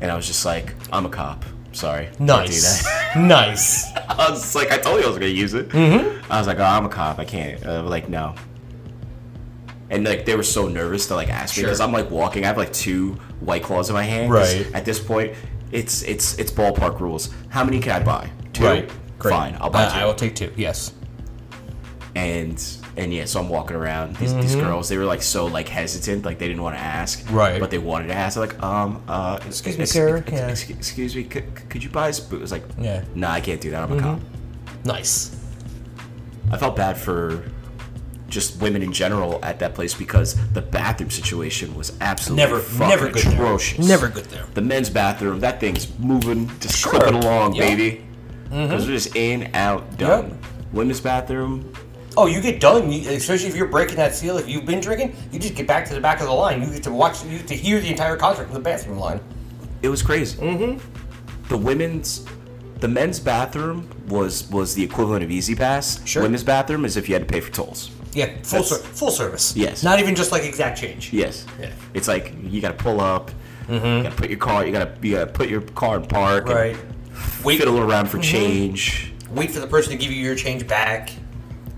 and I was just like, I'm a cop. Sorry. can't do
Nice. [LAUGHS]
that.
nice.
I was like, I told you I was gonna use it. Mm-hmm. I was like, oh, I'm a cop. I can't. Uh, like, no. And like, they were so nervous to like ask me because
Sure.
I'm like walking. I have like two white claws in my hand. 'cause
Right.
At this point, it's it's it's ballpark rules. How many can I buy? Two.
Right. Great.
Fine. I'll buy
I,
two.
I will take two. Yes.
And and yeah, so I'm walking around. These, these girls, they were like so like hesitant, like they didn't want to ask.
Mm-hmm. Right.
But they wanted to ask. They're like, um, uh,
Excuse me,
ex-
sir,
ex-
yeah.
ex- Excuse me. Could, could you buy us booze? I was like,
Yeah. Mm-hmm.
Nah, I can't do that. I'm a cop.
Nice.
I felt bad for just women in general at that place because the bathroom situation was absolutely
Never,
fucking
never good
atrocious.
there. Never good there.
The men's bathroom, that thing's moving, just
Sure.
clipping along,
Yeah. Mm-hmm.
baby. Because we're just in, out, done.
Yep.
Women's bathroom,
Oh, you get done, you, especially if you're breaking that seal. If you've been drinking, you just get back to the back of the line. You get to watch, you get to hear the entire concert from the bathroom line.
it was crazy. Mm-hmm. The women's, the men's bathroom was was the equivalent of Easy Pass.
Sure.
Women's bathroom is if you had to pay for tolls.
Yeah, full
That's-
ser- full service.
Yes.
Not even just like exact change.
Yes.
Yeah. Mm-hmm.
It's like you gotta pull up. You gotta put your car. You gotta you gotta put your car in park. and
Right. Wait, Mm-hmm.
fiddle around for change.
wait for the person to give you your change back.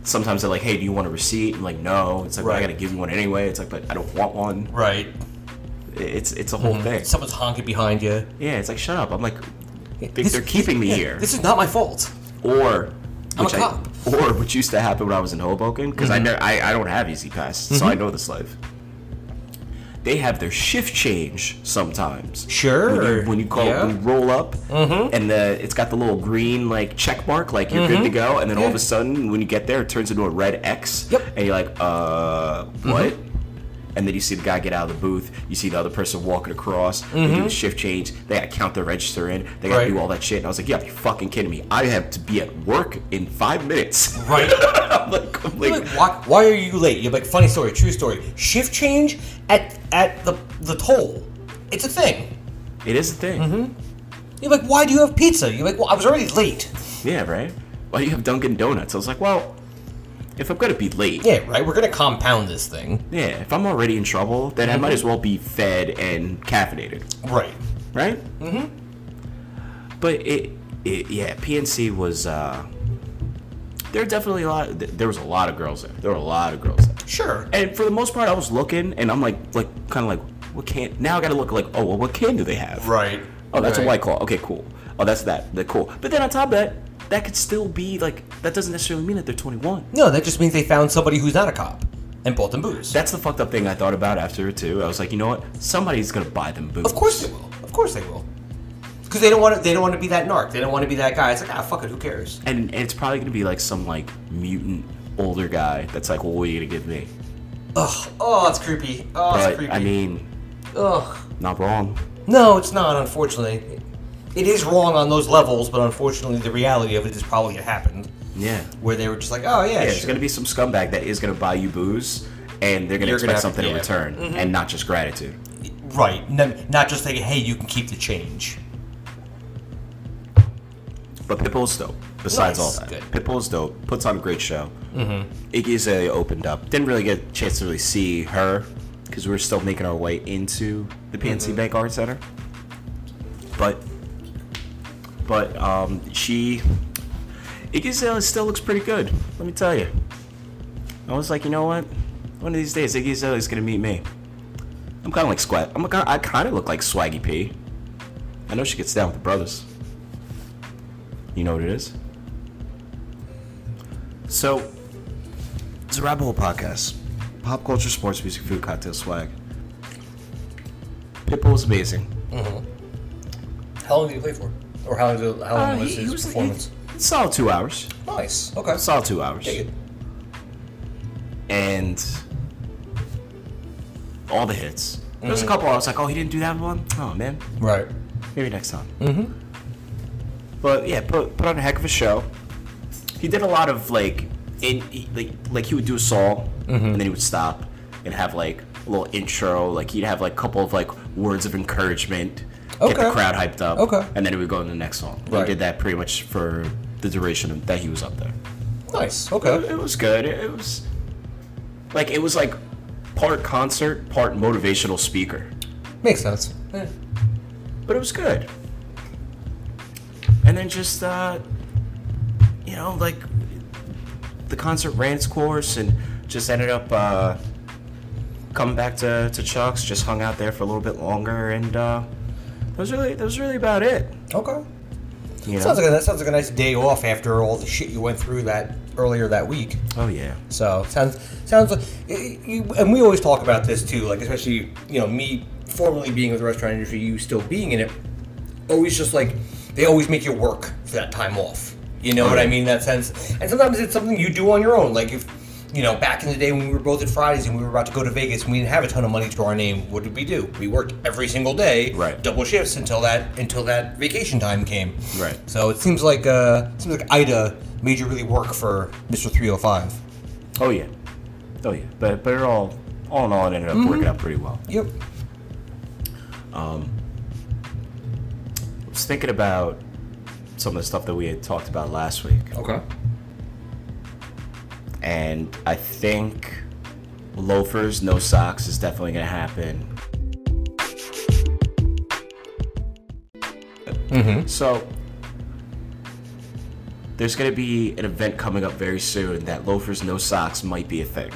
Sometimes they're like, "Hey, do you want a receipt?" I'm like, "No." It's like, well, "I
Right.
gotta give you one anyway." It's like, "But I don't want one."
Right. Mm-hmm.
It's it's a whole thing.
Someone's honking behind you.
Yeah, it's like shut up. I'm like, they,
This-
they're keeping me
yeah,
here.
This is not my fault.
or
I'm a
which I-
cop. Mm-hmm.
or which used to happen when I was in Hoboken because I never I, I don't have Easy Pass, so I know this life. They have their shift change sometimes.
Sure.
When you, when you call,
Yeah. Mm-hmm.
when you roll up, and the it's got the little green like check mark, like you're good to go, and then all of
Yeah.
a sudden when you get there, it turns into a red X.
Yep. Mm-hmm.
And you're like, uh, what? And then you see the guy get out of the booth. You see the other person walking across. They do the shift change. They gotta count their register in. They gotta
Mm-hmm. Right.
do all that shit. And I was like, yeah, you fucking kidding me? I have to be at work in five minutes. [LAUGHS]
Right.
I'm like, I'm like,
Like, why, why are you late? You're like, funny story, true story. Shift change at at the the toll. It's a thing.
it is a thing.
Mm-hmm. You're like, why do you have pizza? You're like, well, I was already late.
Yeah, right. Why do you have Dunkin' Donuts? I was like, well, if I'm gonna be late,
Yeah, right. We're gonna compound this thing.
Yeah, if I'm already in trouble, then I
Mm-hmm.
might as well be fed and caffeinated,
Right.
right? Mm-hmm.
Mm-hmm.
But it, it, yeah, PNC was. uh There were definitely a lot. th- There was a lot of girls there. There were a lot of girls there,
Sure.
and for the most part, I was looking, and I'm like, like, kind of like, what can? Now I gotta look like, oh, well, what can do they have?
Right.
Oh, that's a
Right.
white claw. Okay, cool. Oh, that's that. That cool. But then on top of that, that could still be like, that doesn't necessarily mean that they're 21.
No, that just means they found somebody who's not a cop and bought them booze.
That's the fucked up thing I thought about after too. I was like, you know what? Somebody's gonna buy them boots.
of course they will. Of course they will. Because they don't want to. They don't want to be that narc. They don't want to be that guy. It's like, ah, fuck it. Who cares?
And, and it's probably gonna be like some like mutant older guy that's like, well, what are you gonna give me?
Ugh. Oh, it's creepy. Oh, it's
But
creepy.
I mean,
Ugh.
not wrong.
No, it's not. Unfortunately, it is wrong on those levels. But unfortunately, the reality of it is probably it happened,
Yeah.
where they were just like, oh yeah,
Yeah, there's
sure.
gonna be some scumbag that is gonna buy you booze, and they're gonna
You're
expect
gonna have-
something in
yeah. Mm-hmm.
return, and not just gratitude.
right. No, not just like, hey, you can keep the change.
But Pitbull's dope. Besides
Nice.
all that,
Good.
Pitbull's dope. Puts on a great show. Mm-hmm. Iggy Azalea opened up. Didn't really get a chance to really see her because we were still making our way into the
Mm-hmm.
PNC Bank Art Center. But but um, she Iggy Azalea still looks pretty good. Let me tell you. I was like, you know what? One of these days, Iggy Azalea's gonna meet me. I'm kind of like Swag. I'm kind. I kind of look like Swaggy P. I know she gets down with the brothers. You know what it is? So, it's a rabbit hole podcast. Pop culture, sports, music, food, cocktail, swag. Pitbull was amazing.
How long did you play for? Or how long, how long was his performance?
solid two hours.
nice. Okay.
Solid two hours.
Dig it.
And all the hits. There
Mm-hmm.
was a couple I was like, oh, he didn't do that one? Oh, man.
Right.
Maybe next time. Mm-hmm. But yeah, put, put on a heck of a show. He did a lot of like, in he- like like he would do a song
Mm-hmm.
and then he would stop and have like a little intro. Like he'd have like a couple of like words of encouragement, get the
Okay.
crowd hyped up,
Okay.
and then he would go into the next song.
Right.
He did that pretty much for the duration of, that he was up there.
Nice.
It
Okay.
was good. It was like it was like part concert, part motivational speaker.
Makes sense. Eh.
but it was good. And then just uh, you know, like the concert ran its course and just ended up uh, coming back to, to Chuck's. Just hung out there for a little bit longer, and uh, that was really that was really about it.
Okay.
You know?
Sounds like a, that sounds like a nice day off after all the shit you went through that earlier that week.
oh yeah,
So sounds sounds like, y- y- and we always talk about this too. Like especially you know me formerly being with the restaurant industry, you still being in it. Always just like they always make you work for that time off. You know what I mean? In that sense, and sometimes it's something you do on your own. Like if you know back in the day when we were both at Fridays and we were about to go to Vegas and we didn't have a ton of money to our name, what did we do? We worked every single day,
Right.
Double shifts until that until that vacation time came,
Right.
So it seems like uh it seems like Ida made you really work for Mister Three Hundred Five.
oh yeah, oh yeah. But but it all all in all, it ended up
Mm-hmm.
working out pretty well.
Yep.
I was thinking about some of the stuff that we had talked about last week.
Okay.
and I think loafers, no socks is definitely gonna happen.
Mm-hmm.
So there's gonna be an event coming up very soon that loafers,
Mm-hmm.
no socks might be a thing.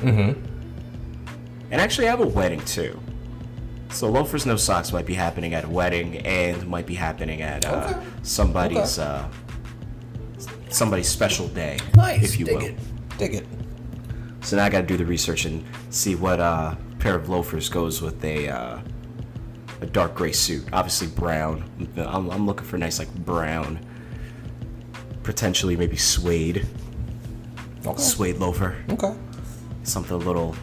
And actually, I have a wedding too. So loafers no socks might be happening at a wedding and might be happening at uh, somebody's uh, somebody's special day,
Nice.
if you
Dig
will.
it. Dig it.
So now I got to do the research and see what uh, pair of loafers goes with a uh, a dark gray suit. Obviously brown. I'm, I'm looking for nice like brown, potentially maybe suede,
Okay.
suede loafer,
Okay.
something a little.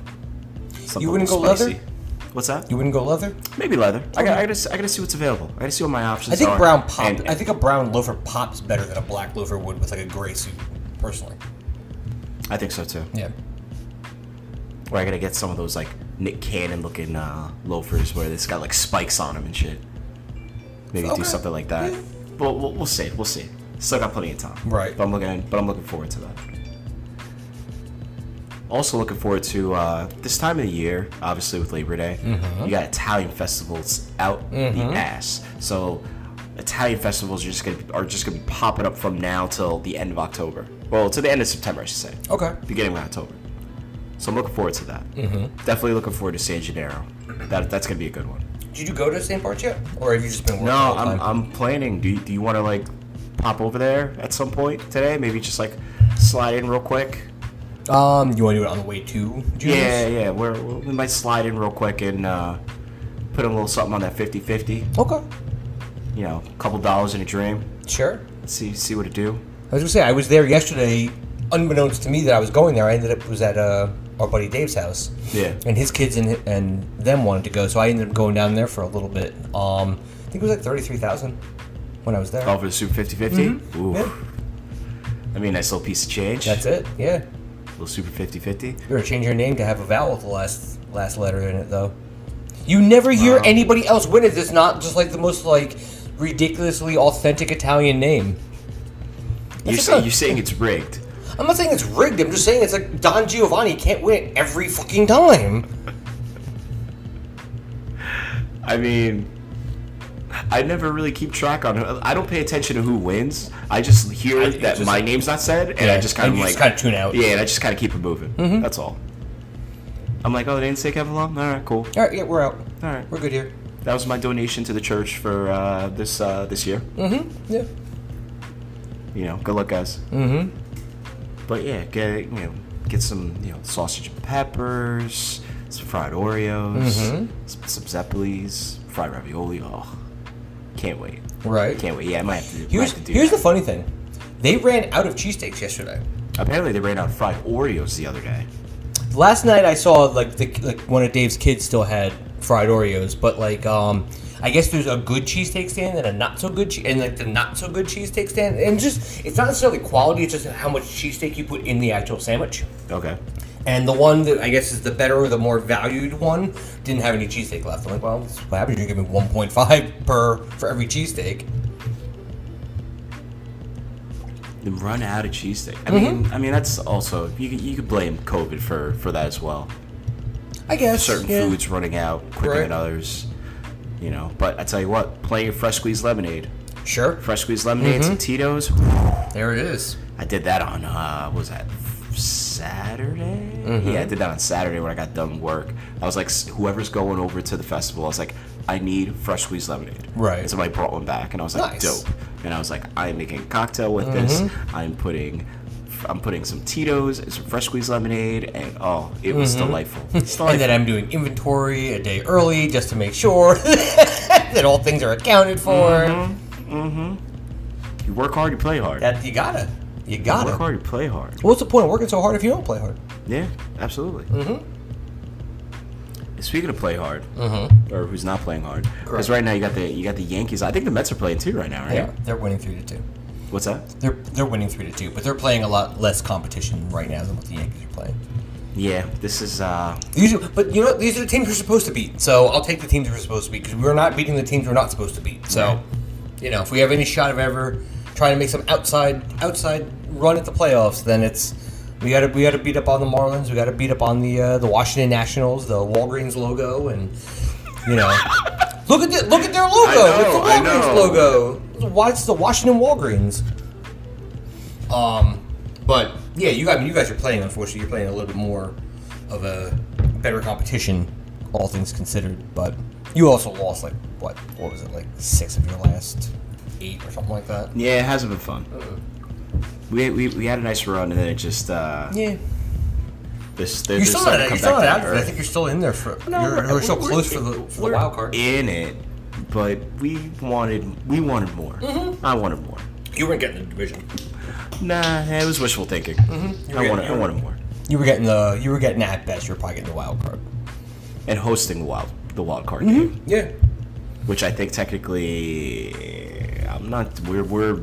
Something
You wouldn't
a little
go leather?
spicy. What's that?
You wouldn't go leather?
Maybe leather. I got. I got to. I got to see what's available. I got to see what my options
I think
are.
brown pop.
And-
I think a brown loafer pops better than a black loafer would with like a gray suit, personally.
I think so too.
Yeah.
Or I gotta get some of those like Nick Cannon looking uh, loafers where it's got like spikes on them and shit. Maybe
Okay.
do something like that. But we'll, we'll see. We'll see. Still got plenty of time.
Right.
But I'm looking. But I'm looking forward to that. Also looking forward to uh, this time of the year. Obviously with Labor Day,
Mm-hmm.
you got Italian festivals out the ass. So Italian festivals are just gonna be, are just gonna be popping up from now till the end of October. Well, to the end of September, I should say
Okay.
beginning of October. So I'm looking forward to that.
Mm-hmm.
Definitely looking forward to San Janeiro. That, that's gonna be a good one.
Did you go to St. Bart's yet, or have you just been working?
No,
all the
I'm,
time?
I'm planning. Do you, do you want to like pop over there at some point today? Maybe just like slide in real quick.
Um, you want to do it on the way to? Judas?
Yeah, yeah. We're, we might slide in real quick and uh, put a little something on that 50-50.
Okay.
You know, a couple dollars in a dream.
Sure.
See see what it do.
I was gonna say I was there yesterday, unbeknownst to me that I was going there. I ended up was at uh, our buddy Dave's house.
Yeah. [LAUGHS]
And his kids and and them wanted to go, so I ended up going down there for a little bit. Um, I think it was like thirty three thousand when I was there.
Oh, for the super 50-50. Ooh.
Mm-hmm. Yeah.
I mean, nice little piece of change.
That's it. Yeah.
Little super 50-50.
You better change your name to have a vowel with the last last letter in it, though. You never hear anybody else win it. It's not just like the most like ridiculously authentic Italian name.
You're,
just
say,
a- [LAUGHS]
you're saying it's rigged.
I'm not saying it's rigged. I'm just saying it's like Don Giovanni can't win it every fucking time.
I mean, I never really keep track on. I don't pay attention to who wins. I just hear
I-
that
just-
my name's not said, and
Yeah,
I just kind
and
of
you
like
just kinda tune out. Mm-hmm.
Yeah, and I just kind of keep it moving. That's all. I'm like, oh, they didn't say Kevin Long. All right, cool.
All right, yeah, we're out.
All right,
We're good here.
that was my donation to the church for uh, this uh, this year.
Yeah.
You know, good luck, guys. Mm-hmm. But yeah, get you know, get some you know sausage and peppers, some fried Oreos,
Mm-hmm.
some, some Zeppelis, fried ravioli. Oh, can't wait.
Right.
Can't wait. Yeah, I might have to do, might
Here's
have to do
here's the
that.
funny thing. They ran out of cheesesteaks yesterday.
Apparently, they ran out of fried Oreos the other day.
Last night I saw like the like one of Dave's kids still had fried Oreos, but like um I guess there's a good cheesesteak stand and a not so good che- and like the not so good cheesesteak stand and just it's not necessarily quality, it's just how much cheesesteak you put in the actual sandwich.
Okay.
And the one that I guess is the better or the more valued one didn't have any cheesesteak left. I'm like, well, this is what happens? You're giving 1.5 per for every cheesesteak.
They run out of cheesesteak. I mean, I mean that's also you could- you could blame COVID for for that as well.
I guess
Certain
yeah.
foods running out quicker
Right.
than others. You know, but I tell you what, plenty of fresh squeezed lemonade,
Sure,
fresh squeezed lemonade, some Tito's.
there it is.
I did that on uh, what was that Saturday?
Mm-hmm.
Yeah, I did that on Saturday when I got done work. I was like, s- whoever's going over to the festival, I was like, I need fresh squeezed lemonade.
Right.
And somebody brought one back, and I was like,
Nice. Mm-hmm.
dope. And I was like, I'm making a cocktail with this. I'm putting. I'm putting some Tito's and some fresh squeezed lemonade, and oh, it was delightful. It's
Mm-hmm. [LAUGHS] And then
delightful.
I'm doing inventory a day early just to make sure [LAUGHS] that all things are accounted for.
you work hard, you play hard.
That you gotta, you
You
gotta.
work hard, you play hard.
What's the point of working so hard if you don't play hard?
Yeah, absolutely.
Mm-hmm.
Speaking of play hard, or who's not playing hard? Because
Mm-hmm. Correct.
right now you got the you got the Yankees. I think the Mets are playing too right now, right?
Yeah, they're winning three to two.
What's that?
They're they're winning three to two, but they're playing a lot less competition right now than what the Yankees are playing.
Yeah, this is uh,
These are, but you know what? these are the teams we're supposed to beat. So I'll take the teams we're supposed to beat because we're not beating the teams we're not supposed to beat. So, you know, if we have any shot of ever trying to make some outside outside run at the playoffs, then it's we gotta we gotta beat up on the Marlins. We gotta beat up on the uh, the Washington Nationals, the Walgreens logo, and you know, [LAUGHS] look at the, look at their logo.
know,
it's the
I
Walgreens
know.
logo. Why it's the Washington Walgreens? Um, but yeah, you. I mean, you guys are playing. Unfortunately, you're playing a little bit more of a better competition, all things considered. But You also lost like what? What was it like six of your last eight or something like that?
Yeah, it hasn't been fun. We, we, we had a nice run, and then it just uh,
Mm-hmm. Yeah.
this they're
You're
just
still
starting
not.
to
You're
come
still
back
not
down
out
to
of it. I
earth.
think you're still in there for.
No,
you're,
we're-
you're still
we're-
close for the for the
we're
wild card.
in it, but we wanted we wanted more.
Mm-hmm.
I wanted more.
You weren't getting the division.
Nah, it was wishful thinking.
were
I wanted
getting-
I wanted more.
You were getting the. You were getting at best. You're probably getting the wild card.
And hosting the wild the wild card
Mm-hmm.
game,
Yeah.
which I think technically I'm not. We're we're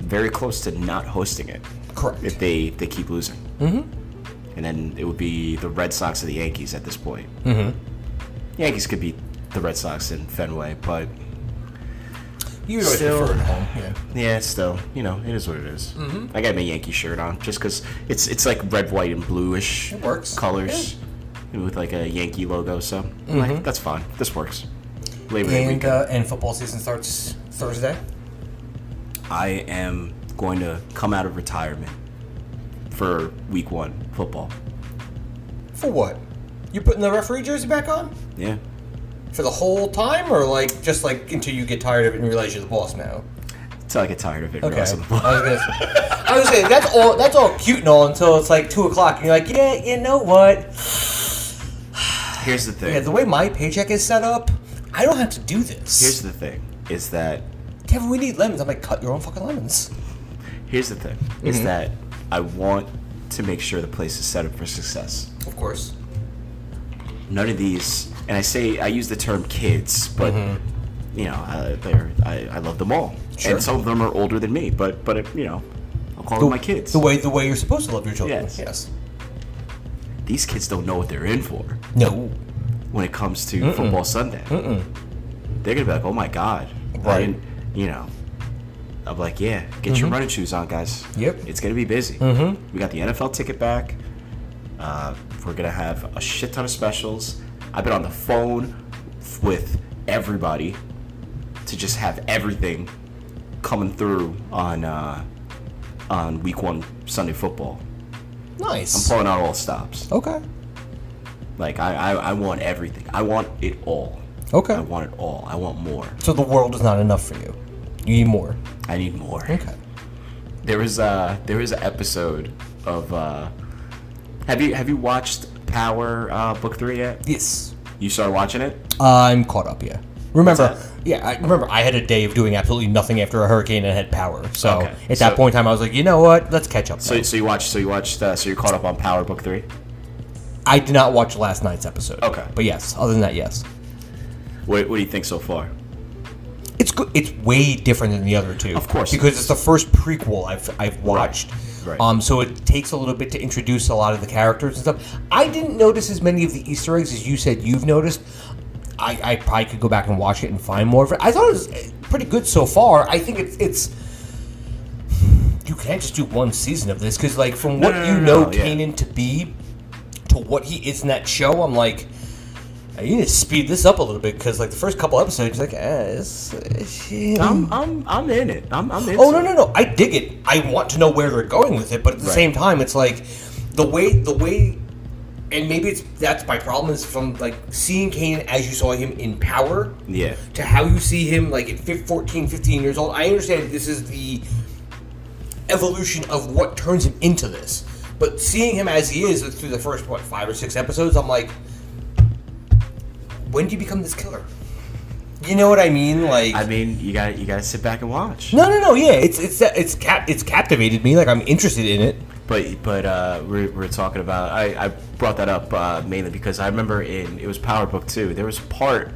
very close to not hosting it
Correct.
if they if they keep losing. Mm-hmm. And then it would be the Red Sox or the Yankees at this point. Mm-hmm. Yankees could beat the Red Sox in Fenway, but
you would always
still-
prefer at home. Yeah.
Yeah, it's still, you know, it is what it is.
Mm-hmm.
I got my Yankee shirt on just because it's it's like red, white, and bluish
It works.
colors with like a Yankee logo. So I'm like, that's fine. This works. Labor Day
Mm-hmm. And
weekend.
uh, and football season starts Thursday.
I am going to come out of retirement for week one football.
For what? You putting the referee jersey back on
Yeah.
for the whole time, or like just like until you get tired of it and realize you're the boss now?
Until I get tired of it.
Okay. I
realize
was
I'm-
[LAUGHS] gonna, I was gonna say that's all. That's all cute and all until it's like two o'clock, and you're like, yeah, you know what?
Here's the thing.
Yeah, the way my paycheck is set up, I don't have to do this.
Here's the thing is that
Kevin, we need lemons. I'm like, cut your own fucking lemons.
here's the thing is
Mm-hmm.
that I want to make sure the place is set up for success.
Of course.
none of these and i say i use the term kids but you know I, they're, I, I love them all
Mm-hmm. Sure.
and some of them are older than me but but you know i'll call them my kids
The way the way you're supposed to love your children.
Yes.
yes.
these kids don't know what they're in for
No.
when it comes to football sunday they're gonna be like oh my god I
Right. Mm-hmm.
didn't- you know i'm like yeah get your running shoes on guys
Yep.
it's gonna be busy mm-hmm. we got the nfl ticket back Uh, we're gonna have a shit ton of specials. I've been on the phone f- with everybody to just have everything coming through on uh, on week one Sunday football.
Nice.
Pulling out all stops.
okay.
Like I, I, I want everything. I want it all.
Okay.
I want it all. I want more.
So the world is not enough for you. You need more.
I need more.
Okay.
There was uh there was an episode of uh have you have you watched Power uh, Book Three yet?
Yes.
You started watching it?
I'm caught up. Yeah. Remember.
What's
Yeah, I remember I had a day of doing absolutely nothing after a hurricane and had power. So
Okay.
at
So-
that point in time, I was like, you know what? Let's catch up.
So,
now.
so you watched, so you watched, uh, so you're caught up on Power Book Three.
I did not watch last night's episode.
Okay.
But yes, other than that, yes.
What, what do you think so far?
It's good. It's way different than the other two.
Of course.
Because it's the first prequel I've I've watched.
Right.
Um, so it takes a little bit to introduce a lot of the characters and stuff. I didn't notice as many of the Easter eggs as you said you've noticed. I, I probably could go back and watch it and find more of it. I thought it was eh, pretty good so far. I think it's it's. You can't just do one season of this because, like, from what
no,
you
no,
know
no, yeah.
Kanan to be, to what he is in that show, I'm like, you need to speed this up a little bit because, like, the first couple episodes, you're like, eh, it's, eh,
I'm, I'm, I'm in it. I'm, I'm in.
Oh no no no! I dig it. I want to know where they're going with it, but at the
Right.
same time, it's like the way the way, and maybe it's that's my problem is from like seeing Kanan as you saw him in Power
Yeah.
to how you see him like at fif- 14, 15 years old. I understand this is the evolution of what turns him into this, but seeing him as he is through the first what five or six episodes, I'm like, when do you become this killer? You know what I mean? Like
I mean, you got, to you got to sit back and watch.
no, no, no. Yeah, it's it's it's cap, it's captivated me. Like I'm interested in it.
But, but uh, we're, we're talking about. I, I brought that up uh, mainly because I remember in it was Power Book Two. There was a part.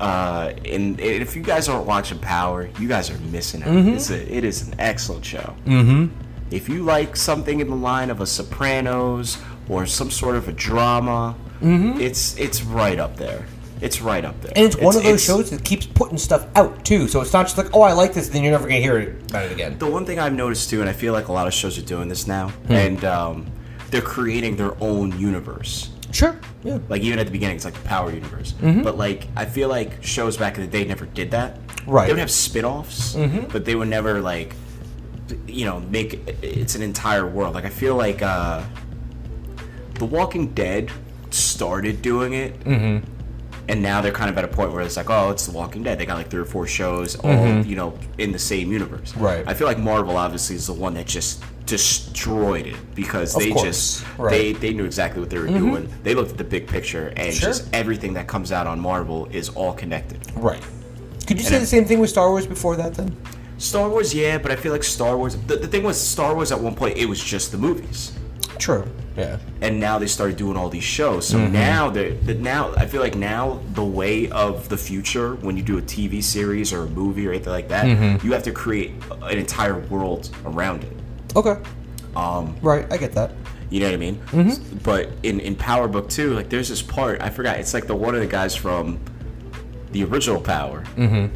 Uh, and if you guys aren't watching Power, you guys are missing out.
Mm-hmm.
It's a, it is an excellent show. Mm-hmm. If you like something in the line of a Sopranos or some sort of a drama, it's it's right up there. It's right up there.
Mm-hmm. And it's, one of those shows that keeps putting stuff out too. So it's not just like, oh, I like this, then you're never gonna hear it about it again.
The one thing I've noticed too, and I feel like a lot of shows are doing this now,
Hmm.
and um, they're creating their own universe.
Sure. Yeah.
Like even at the beginning, it's like the Power Universe.
Mm-hmm.
But like I feel like shows back in the day never did that.
Right. Mm-hmm.
They would have spin-offs, but they would never like, you know, make it's an entire world. Like I feel like
Mm-hmm.
uh, The Walking Dead started doing it, and now they're kind of at a point where it's like, oh, it's The Walking Dead. They got like three or four shows, all you know, in the same universe.
Mm-hmm. Right.
I feel like Marvel obviously is the one that just destroyed it because
Of
they
course.
just
Right.
they they knew exactly what they were doing. They looked at the big picture and
Sure.
just everything that comes out on Marvel is all connected.
Right. Could you
And
say
I-
the same thing with Star Wars before that then?
Star Wars, yeah, but I feel like Star Wars. The, the thing was, Star Wars at one point it was just the movies,
True. Yeah.
and now they started doing all these shows. So now they're the, now I feel like now the way of the future when you do a TV series or a movie or anything like that, you have to create an entire world around it.
Okay. Um. Right. I get that.
You know what I mean?
Mm-hmm.
But in in Power Book Two, like there's this part I forgot. It's like the one of the guys from the original Power, mm-hmm.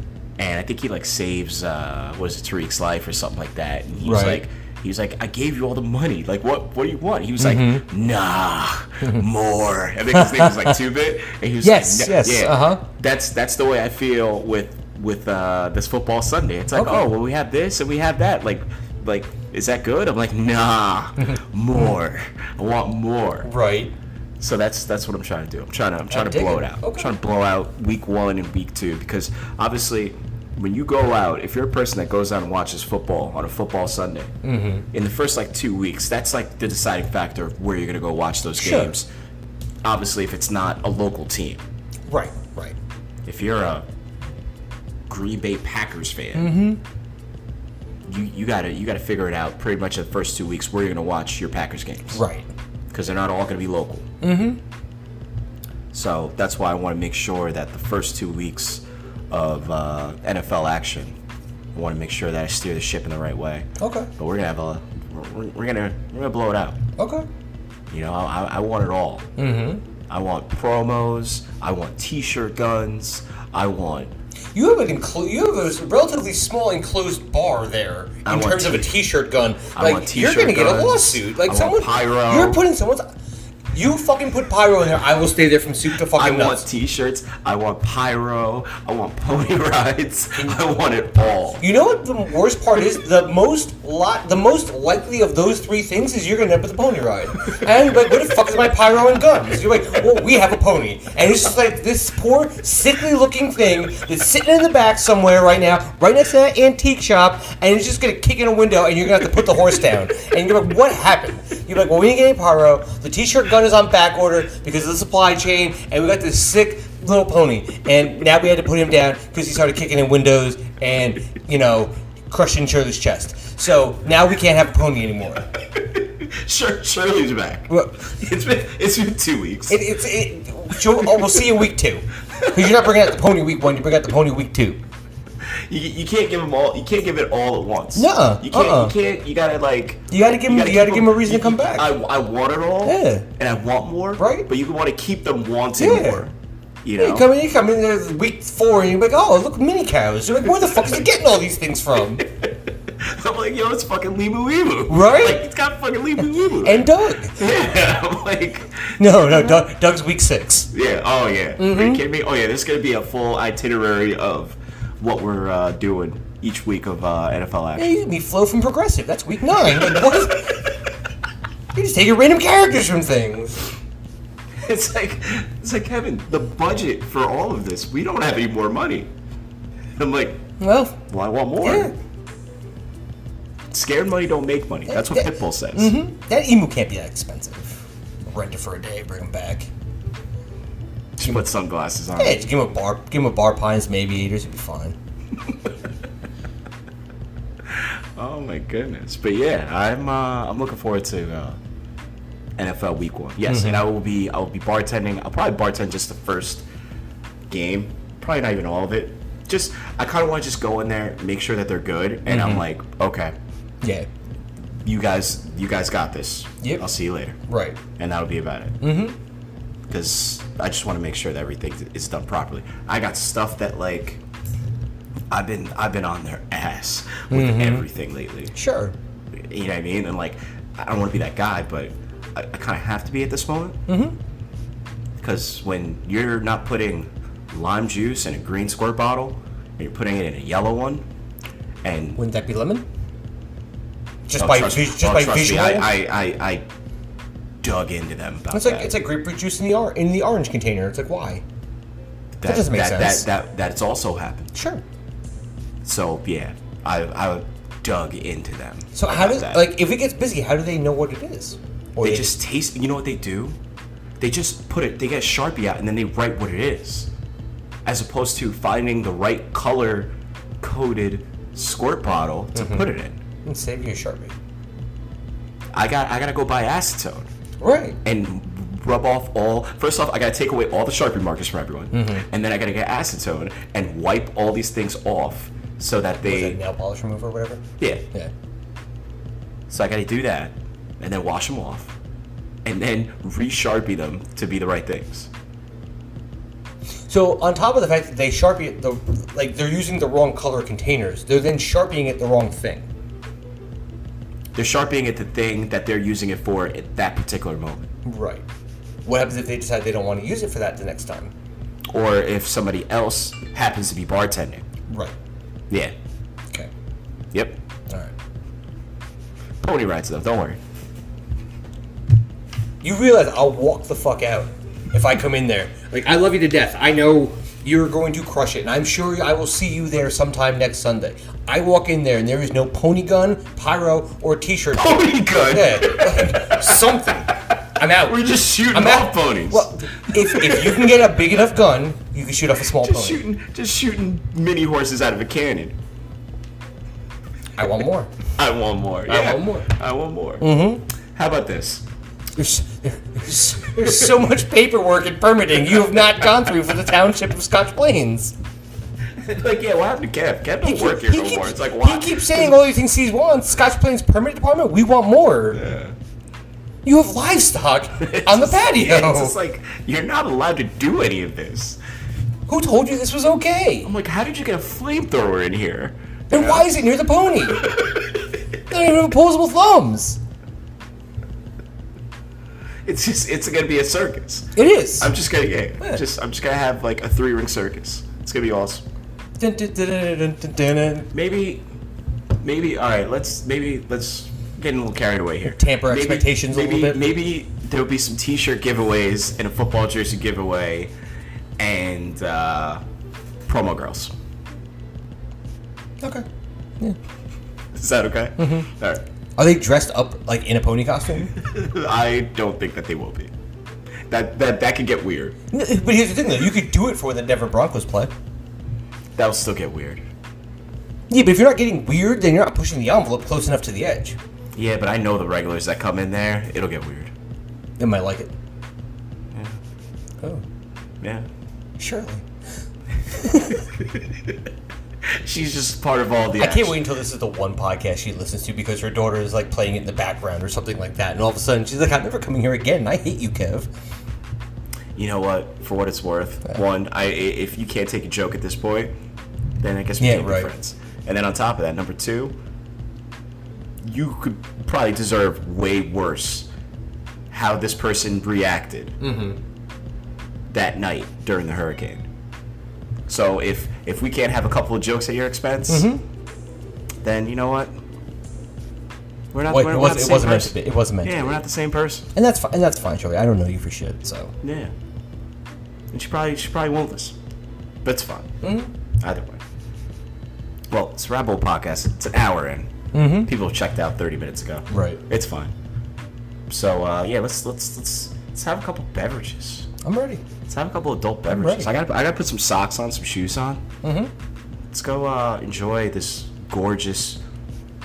and I think he like saves uh, what is it Tariq's life or something like that. And he was
Right.
like. He was like, I gave you all the money. Like, what? What do you want? He was like,
Mm-hmm. [LAUGHS]
Nah, more. I think his name was like Two Bit. And he was
Yes,
like, "Nah,
yes,
yeah.
uh-huh.
That's that's the way I feel with with uh, this football Sunday. It's like,
Okay.
oh, well, we have this and we have that. Like, like is that good? I'm like,
[LAUGHS]
nah, more. I want more.
Right.
So that's that's what I'm trying to do. I'm trying to I'm trying
I
to
dig
blow
it.
it out. I'm
Okay.
trying to blow out week one and week two because obviously when you go out, if you're a person that goes out and watches football on a football Sunday,
Mm-hmm.
in the first like two weeks, that's like the deciding factor of where you're gonna go watch those
Sure.
games. Obviously, if it's not a local team,
Right. Right.
if you're a Green Bay Packers fan, you you gotta you gotta figure it out pretty much the first two weeks where you're gonna watch your Packers games
Right.
because they're not all going to be local. Mm-hmm. So that's why I want to make sure that the first two weeks of uh, NFL action, I want to make sure that I steer the ship in the right way.
Okay.
But we're gonna have a we're, we're gonna we're gonna blow it out.
Okay.
You know, I, I want it all. Mm-hmm. I want promos. I want T-shirt guns. I want
You have an inclu- you have a s- relatively small enclosed bar there in
I want
terms of a
t-
T-shirt gun.
I
like
want
you're
t-shirt
gonna get a
guns.
lawsuit.
I
Like
want
someone
pyro.
You're putting someone's. You fucking put pyro in there. I will stay there from soup to
I
fucking
want
nuts.
T-shirts. I want pyro. I want pony [LAUGHS] rides. I want it all.
you know what the worst part is? The most lot, the most likely of those three things is you're gonna end up with a pony ride. And like, where the fuck is my pyro and guns? You're like, well, we have a pony, and it's just like this poor, sickly-looking thing that's sitting in the back somewhere right now, right next to that antique shop, and it's just gonna kick in a window, and you're gonna have to put the horse down. And you're like, what happened? You're like, well, we didn't get any pyro. The t-shirt gun is on back order because of the supply chain, and we got this sick little pony, and now we had to put him down because he started kicking in windows and you know crushing Shirley's chest. So now we can't have a pony anymore.
Shir- Shirley's back.
Well-
It's been it's been two weeks.
It, it's it. Joe, oh, we'll see you in week two because you're not bringing out the pony week one. You bring out the pony week two.
You, you can't give them all. You can't give it all at once.
Nuh-uh,
you can't.
uh-uh.
You can't. You gotta like.
You gotta give 'em- you
keep
gotta give 'em a reason to come back.
I, I want it all.
Yeah.
And I want more.
Right.
But you want to keep them wanting
Yeah.
more. You know.
You come in, you come in there's week four, and you're like, oh, look, mini cows. You're like, where the fuck is he getting all these things from?
[LAUGHS] I'm like, yo, it's fucking Limu Limu.
Right?
Like, it's got fucking Limu Limu.
And Doug.
[LAUGHS] yeah, I'm like,
No, no, Doug, Doug's week six.
yeah, oh yeah. Are
Mm-hmm.
you kidding me? Oh yeah, there's gonna be a full itinerary of what we're uh, doing each week of uh, NFL action.
Hey, me flow from progressive. That's week nine. Like, what [LAUGHS] is- you just take your random characters from things.
[LAUGHS] It's like, it's like Kevin. The budget for all of this, we don't have any more money. I'm like,
Well,
well, I want more.
Yeah.
Scared money don't make money. That's what
Yeah. Mm-hmm.
Pitbull says.
that emu can't be that expensive. Rent it for a day, bring him back.
Just put sunglasses on.
Hey, just give him a bar, give him a bar pines, maybe eaters, it'd be fine.
Oh my goodness. But yeah, I'm uh, I'm looking forward to uh, NFL Week One. Yes, and I will be I will be bartending. I'll probably bartend just the first game. Probably not even all of it. Just I kind of want to just go in there, make sure that they're good, and I'm like, okay,
Yeah,
you guys you guys got this.
Yep.
I'll see you later.
right.
and that'll be about it. Mm-hmm. Because I just want to make sure that everything is done properly. I got stuff that like I've been I've been on their ass with everything lately.
Sure.
You know what I mean? And like I don't want to be that guy, but I, I kind of have to be at this moment. Mm-hmm. Because when you're not putting lime juice in a green squirt bottle, and you're putting it in a yellow one, and
Wouldn't that be lemon? Just
Oh,
by
trust-
vi- just
oh,
by
trust me,
visual.
I, I, I, I dug into them about
it's like
that.
it's like grapefruit juice in the or- in the orange container. It's like why?
that
doesn't make
that,
sense.
That, that that's also happened.
Sure.
So yeah, I I dug into them.
So how
about
does
that.
like if it gets busy, how do they know what it is? Or
They just taste. You know what they do? They just put it. They get a sharpie out and then they write what it is, as opposed to finding the right color coded squirt bottle to
Mm-hmm.
put it in.
save you a sharpie.
I got. I gotta go buy acetone
Right.
and rub off all. First off, I gotta take away all the sharpie markers from everyone,
Mm-hmm.
and then I gotta get acetone and wipe all these things off so that
Was
they.
that nail polish remover or whatever?
Yeah.
Yeah.
So I gotta do that, and then wash them off, and then re-sharpie them to be the right things.
So on top of the fact that they sharpie it the like they're using the wrong color containers, they're then sharpieing it the wrong thing.
They're sharpieing at the thing that they're using it for at that particular moment.
Right. What happens if they decide they don't want to use it for that the next time?
Or if somebody else happens to be bartending.
Right.
Yeah.
Okay.
Yep.
All right.
Pony rides though, don't worry. [LAUGHS]
You realize I'll walk the fuck out if I come in there. Like I love you to death. I know you're going to crush it, and I'm sure I will see you there sometime next Sunday. I walk in there, and there is no pony gun, pyro, or T-shirt.
Pony gun?
Yeah, like, something. I'm out.
We're just shooting
I'm
off
out.
ponies.
Well, if, if you can get a big enough gun, you can shoot off a small pony.
just shooting just shooting mini horses out of a cannon.
I want more.
I want more.
I
yeah.
want more.
I want more. Mm-hmm. How
[LAUGHS]
about this?
There's, there's, there's so much paperwork and permitting you have not gone through for the township of Scotch Plains.
like, yeah, what happened to Kev? Kev don't
keep-
work here no
keeps,
more. It's like why
He
[LAUGHS]
keeps saying all he thinks he wants. Scotch Plains Permit Department, we want more. You have
[LAUGHS]
livestock on the patio.
Yeah, it's just like you're not allowed to do any of this.
Who told you this was okay?
I'm like, how did you get a flamethrower in here?
And why is it near the
[LAUGHS]
pony? they don't even have opposable thumbs.
It's just it's gonna be a circus.
It is.
I'm just gonna get just I'm just gonna have like a three ring circus. It's gonna be awesome.
Dun, dun, dun, dun, dun, dun, dun, dun.
Maybe maybe all right. Let's maybe let's getting a little carried away here.
Tamper
Maybe-
expectations a
maybe,
little bit.
Maybe there'll be some T-shirt giveaways and a football jersey giveaway and uh, promo girls.
Okay.
Is that okay? Mm-hmm. All right. [LAUGHS]
Are they dressed up like in a pony [LAUGHS] costume?
I don't think that they will be. That that that could get weird.
No, but here's the thing, though. You could do it for when the Denver Broncos play.
That'll still get weird.
Yeah, but if you're not getting weird, then you're not pushing the envelope close enough to the edge.
Yeah, but I know the regulars that come in there. It'll get weird.
They might like it. Oh,
Yeah.
surely.
She's just part of all the.
I can't wait until this is the one podcast she listens to because her daughter is like playing it in the background or something like that, and all of a sudden she's like, "I'm never coming here again. I hate you, Kev."
You know what? For what it's worth, one, I i- if you can't take a joke at this point, then I guess we
Yeah,
can't
right.
be friends. And then on top of that, number two, you could probably deserve way worse how this person reacted
Mm-hmm.
that night during the hurricane. So if if we can't have a couple of jokes at your expense, then you know what? We're
Mm-hmm.
not.
Wait,
we're,
it
we're
wasn't.
not the
It
same
wasn't meant to
person.
be. It wasn't meant
Yeah,
to
we're
be.
not the same person.
And that's fine. And that's fine, Shirley. I don't know you for shit, so
Yeah. And she probably she probably won't listen. But it's fine. Either way. Well, it's Rabble Podcast. It's an hour in. Mm-hmm. People checked out 30 minutes ago.
Right.
It's fine. So uh, yeah, let's let's let's let's have a couple beverages.
I'm ready.
Let's have a couple adult beverages. I
ready.
gotta I gotta put some socks on, some shoes on. Mm-hmm. Let's go uh, enjoy this gorgeous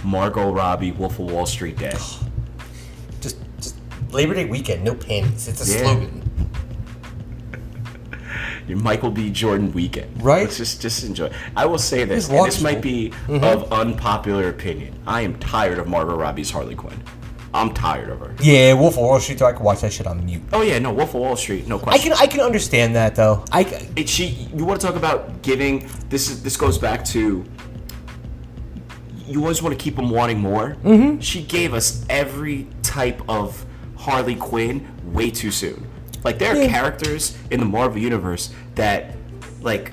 Margot Robbie Wolf of Wall Street day.
Just, just Labor Day weekend. No panties. It's a
Yeah.
slogan.
your Michael B. Jordan weekend.
Right.
Let's just just enjoy. I will say
Just
this, and this
watch
might
it.
be of unpopular opinion. I am tired of Margot Robbie's Harley Quinn. I'm tired of her.
Yeah, Wolf of Wall Street. Though I could watch that shit on mute.
Oh yeah, no Wolf of Wall Street, no
I
question.
can, I can understand that though. I, c-
It, she, you want to talk about giving? This is this goes back to. You always want to keep them wanting more. Mm-hmm. She gave us every type of Harley Quinn way too soon. Like there are characters in the Marvel universe that, like,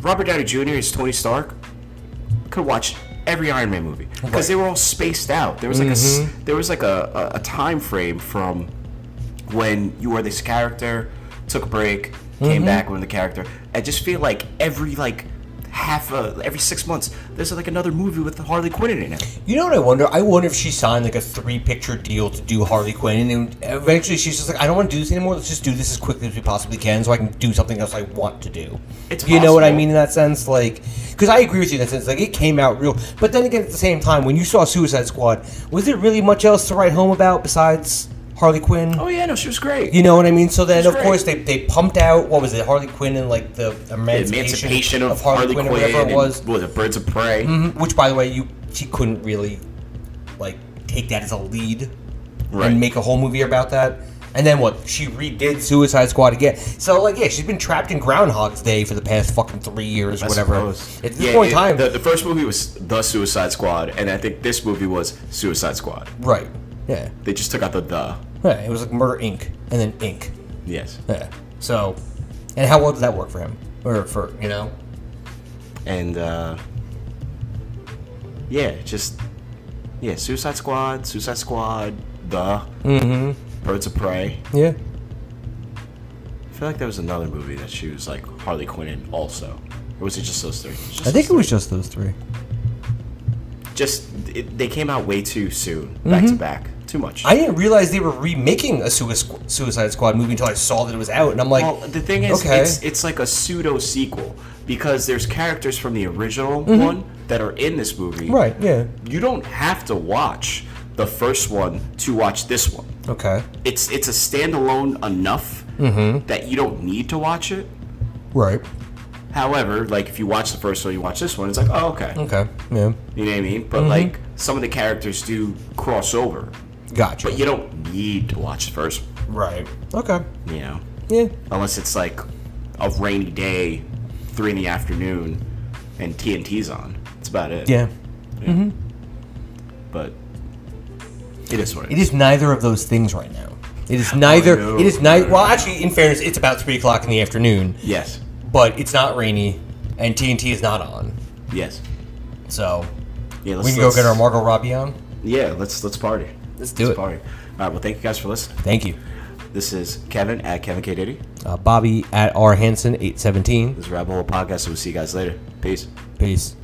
Robert Downey Jr. is Tony Stark. Could watch every Iron Man movie because they were all spaced out. There was like a s- there was like a, a, a time frame Mm-hmm. from when you were this character, took a break, came back when the character, I just feel like every like half a every six months there's like another movie with Harley Quinn in it.
You know what I wonder? I wonder if she signed like a three picture deal to do Harley Quinn, and then eventually she's just like, I don't want to do this anymore. Let's just do this as quickly as we possibly can, so I can do something else I want to do.
It's
you know what I
possible.
mean in that sense, like because I agree with you in that sense. Like it came out real, but then again, at the same time, when you saw Suicide Squad, was there really much else to write home about besides Harley Quinn?
Oh yeah, no, she was great.
You know what I mean? So then,
It's
of
great.
course, they, they pumped out what was it, Harley Quinn and like the emancipation,
Emancipation of, Harley, Quinn,
or whatever it was. Mm,
and, what was it, Birds of Prey?
Which, by the way, you she couldn't really like take that as a lead
Right.
and make a whole movie about that. And then what? She redid Suicide Squad again. So like, yeah, she's been trapped in Groundhog's Day for the past fucking three years,
I
whatever.
suppose.
At this
Yeah,
point in
it-
time,
the, the first movie was The Suicide Squad, and I think this movie was Suicide Squad.
right? Yeah,
They just took out the the.
yeah. It was like Murder Inc. and then Inc.
Yes.
Yeah. So, and how well did that work for him? Or for you know?
and uh, yeah, just yeah, Suicide Squad, Suicide Squad, the
Mm-hmm.
Birds of Prey.
Yeah.
I feel like there was another movie that she was like Harley Quinn in also, or was it just those three? Just
I
those
think it
three.
was just those three.
just it, they came out way too soon, back to back, too much.
Mm-hmm. I didn't realize they were remaking a Suicide Suicide Squad movie until I saw that it was out, and I'm like,
well, the thing is,
okay.
it's it's like a pseudo sequel because there's characters from the original one that are in this movie.
Mm-hmm. right? Yeah.
You don't have to watch the first one to watch this one.
Okay.
it's it's a standalone enough
Mm-hmm.
that you don't need to watch it.
Right.
However, like if you watch the first one, you watch this one, it's like, oh okay,
Okay. Mm-hmm. Yeah.
you know what I mean. But like some of the characters do cross over,
Gotcha.
but you don't need to watch the first, one,
Right. Okay.
you know,
Yeah.
unless it's like a rainy day, three in the afternoon, and TNT's on. That's about it.
Yeah.
but it is what
It is neither of those things right now. It
Oh,
is neither.
know.
It is night. Well, actually, in fairness, it's about three o'clock in the afternoon,
Yes,
but it's not rainy, and TNT is not on,
yes.
so
Yeah,
we can go get our Margot Robbie on.
Yeah, let's let's party.
Let's do it.
Party. All right. Well, thank you guys for listening.
Thank you,
This is Kevin at Kevin K Diddy.
uh, Bobby at R Hansen eight seventeen.
This is Rabbit Hole Podcast. We'll see you guys later. Peace.
Peace.